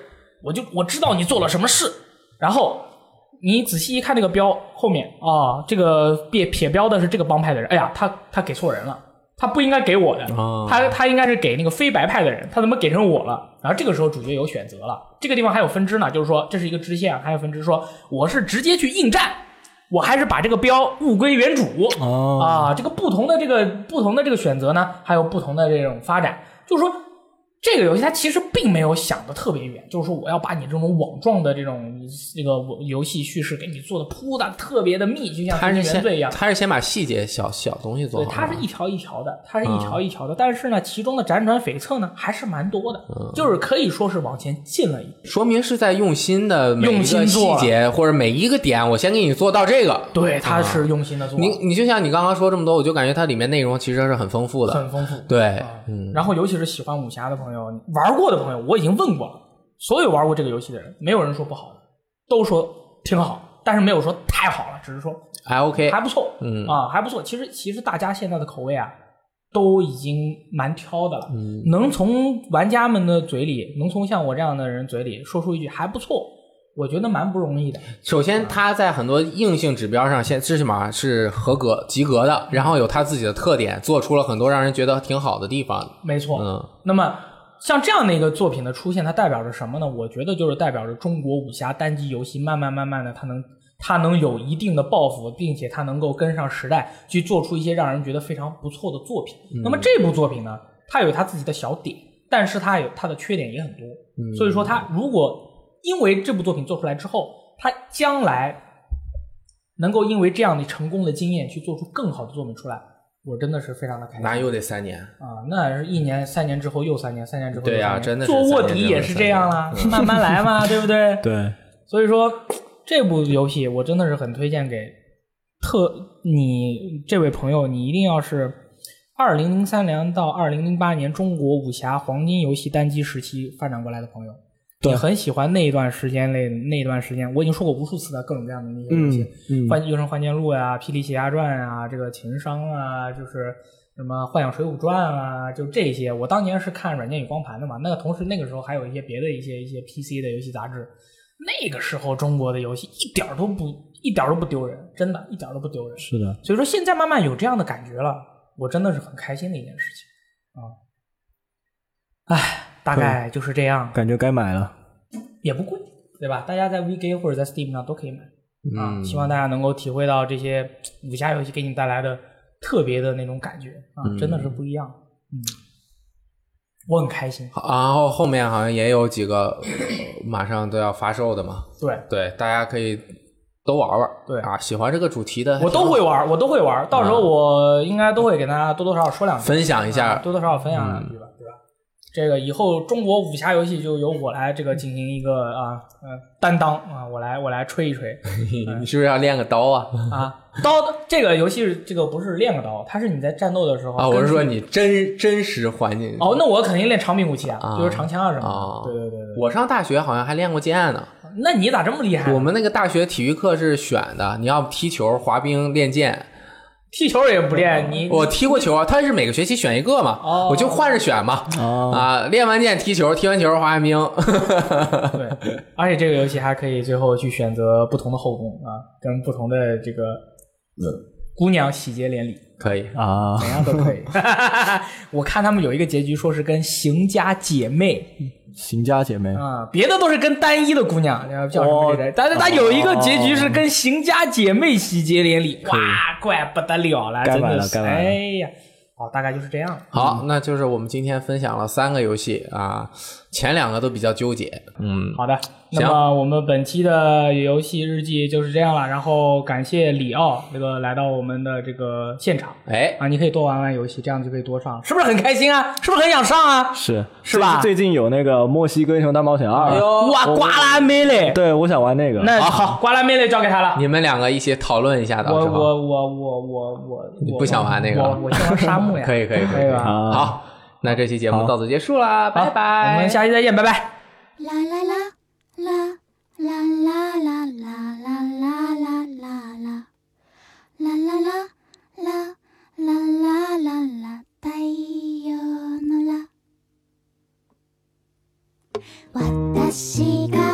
我就我知道你做了什么事，然后。你仔细一看这个标后面啊、这个撇撇标的是这个帮派的人，哎呀，他他给错人了，他不应该给我的，
哦
他他应该是给那个非白派的人，他怎么给成我了？然后这个时候主角有选择了，这个地方还有分支呢，就是说这是一个支线，还有分支说我是直接去应战，我还是把这个标物归原主。
哦
啊，这个不同的这个不同的这个选择呢，还有不同的这种发展，就是说。这个游戏它其实并没有想的特别远，就是说我要把你这种网状的这种这个游戏叙事给你做的铺的特别的密，就像
他
神
是
经元罪一
先
样。
他是先把细节小小东西做
对，
好，
它是一条一条的，它是一条一条的，但是呢，其中的辗转悱恻呢还是蛮多的，就是可以说是往前进了一步。
说明是在用心的每
用
一个
心做
细
了
节或者每一个点，我先给你做到这个。
对，它是用心的做，
你你就像你刚刚说这么多，我就感觉它里面内容其实是很丰富的。
很啊丰富。哎
对，嗯
然后尤其是喜欢武侠的朋友，玩过的朋友，我已经问过了，所有玩过这个游戏的人，没有人说不好的，都说挺好，但是没有说太好了，只是说
还 OK
还不错，
嗯
啊，还不错。其实其实大家现在的口味啊，都已经蛮挑的了，
嗯
能从玩家们的嘴里，能从像我这样的人嘴里说出一句还不错，我觉得蛮不容易的。
首
啊
先，它在很多硬性指标上，先最起码是合格、及格的，然后有它自己的特点，做出了很多让人觉得挺好的地方。
没错，
嗯，
那么像这样的一个作品的出现，它代表着什么呢？我觉得就是代表着中国武侠单机游戏慢慢慢慢的，它能它能有一定的抱负，并且它能够跟上时代，去做出一些让人觉得非常不错的作品。那么这部作品呢，它有它自己的小点，但是它有它的缺点也很多。所以说，它如果因为这部作品做出来之后，它将来能够因为这样的成功的经验去做出更好的作品出来，我真的是非常的开心。
那又得三年，
啊，那是一年、三年之后又三年，三年之后又
对
三
啊
年
真的是
做卧底
三年之后
也
又
是
三
这样啦， 慢慢来嘛，对不 对？
对，
所以说这部游戏我真的是很推荐给特你这位朋友，你一定要是二零零三年到二零零八年中国武侠黄金游戏单机时期发展过来的朋友，
对
你很喜欢那一段时间内那一段时间，我已经说过无数次的各种各样的那些游戏，
嗯嗯，
幻幽城幻剑录呀、霹雳邪侠传啊、这个情商啊，就是什么幻想水浒传啊，就这些。我当年是看软件与光盘的嘛，那个同时那个时候还有一些别的一些一些 PC 的游戏杂志。那个时候中国的游戏一点儿都不一点儿都不丢人，真的，一点儿都不丢人。
是的，
所以说现在慢慢有这样的感觉了，我真的是很开心的一件事情啊。哎，大概就是这样，
感觉该买了。
也不贵，对吧？大家在 VGA 或者在 Steam 上都可以买。啊，
嗯，
希望大家能够体会到这些武侠游戏给你带来的特别的那种感觉啊，真的是不一样。嗯，我很开心。
然后后面好像也有几个呃马上都要发售的嘛，
对
对，大家可以都玩玩。
对
啊，喜欢这个主题的，
我都会玩，我都会玩，到时候我应该都会给大家多多少少说两句，
嗯分享一
啊
下。嗯
多多少少分享两句吧，对吧？这个以后中国武侠游戏就由我来这个进行一个啊呃担当啊，我来我来吹一吹
你是不是要练个刀啊？
啊。刀这个游戏是这个不是练个刀，它是你在战斗的时候
啊，我是
根据
说你真真实环境。
哦，那我肯定练长柄武器
啊
啊，就是长枪啊什么
哦
啊
的。对对对对。
我上大学好像还练过剑呢。
那你咋这么厉害？
我们那个大学体育课是选的，你要踢球、滑冰、练剑。
踢球也不练，你
我踢过球啊，他是每个学期选一个嘛，
哦
我就换着选嘛。
哦，
啊，练完剑踢球，踢完球滑旱冰。
对，而且这个游戏还可以最后去选择不同的后宫啊，跟不同的这个姑娘喜结连理，
可以，
啊，
嗯 怎样都可以。我看他们有一个结局说是跟邢家姐妹
行家姐妹，
啊，别的都是跟单一的姑娘，然后叫什么来着？
哦
但是他有一个结局是跟邢家姐妹喜结连理，哇，怪不得了了，
该
真
买
的
了
是，
该买了
哎呀，哦，大概就是这样。
好，那就是我们今天分享了三个游戏啊，前两个都比较纠结，嗯，
好的，那
行
么我们本期的游戏日记就是这样了，然后感谢里奥这个来到我们的这个现场
哎，
啊，你可以多玩玩游戏，这样就可以多上，是不是很开心啊？是不是很想上啊？
是
是吧
最最近有那个《墨西哥英雄大冒险二
哎》，呦，
哇，瓜拉梅嘞，
对我想玩那个。
那好，瓜拉梅嘞交给他了。
你们两个一起讨论一下，到
我
时候
我我我我我，
你
我
不想玩那个啊
我我想玩沙漠呀。
可以可以可
可以
以，
吧
啊
好，那这期节目
好
到此结束啦，
好
拜拜，
我们下期再见，拜拜。
啦啦啦啦啦啦啦啦啦啦啦啦啦啦啦啦啦啦啦啦啦太陽のら私が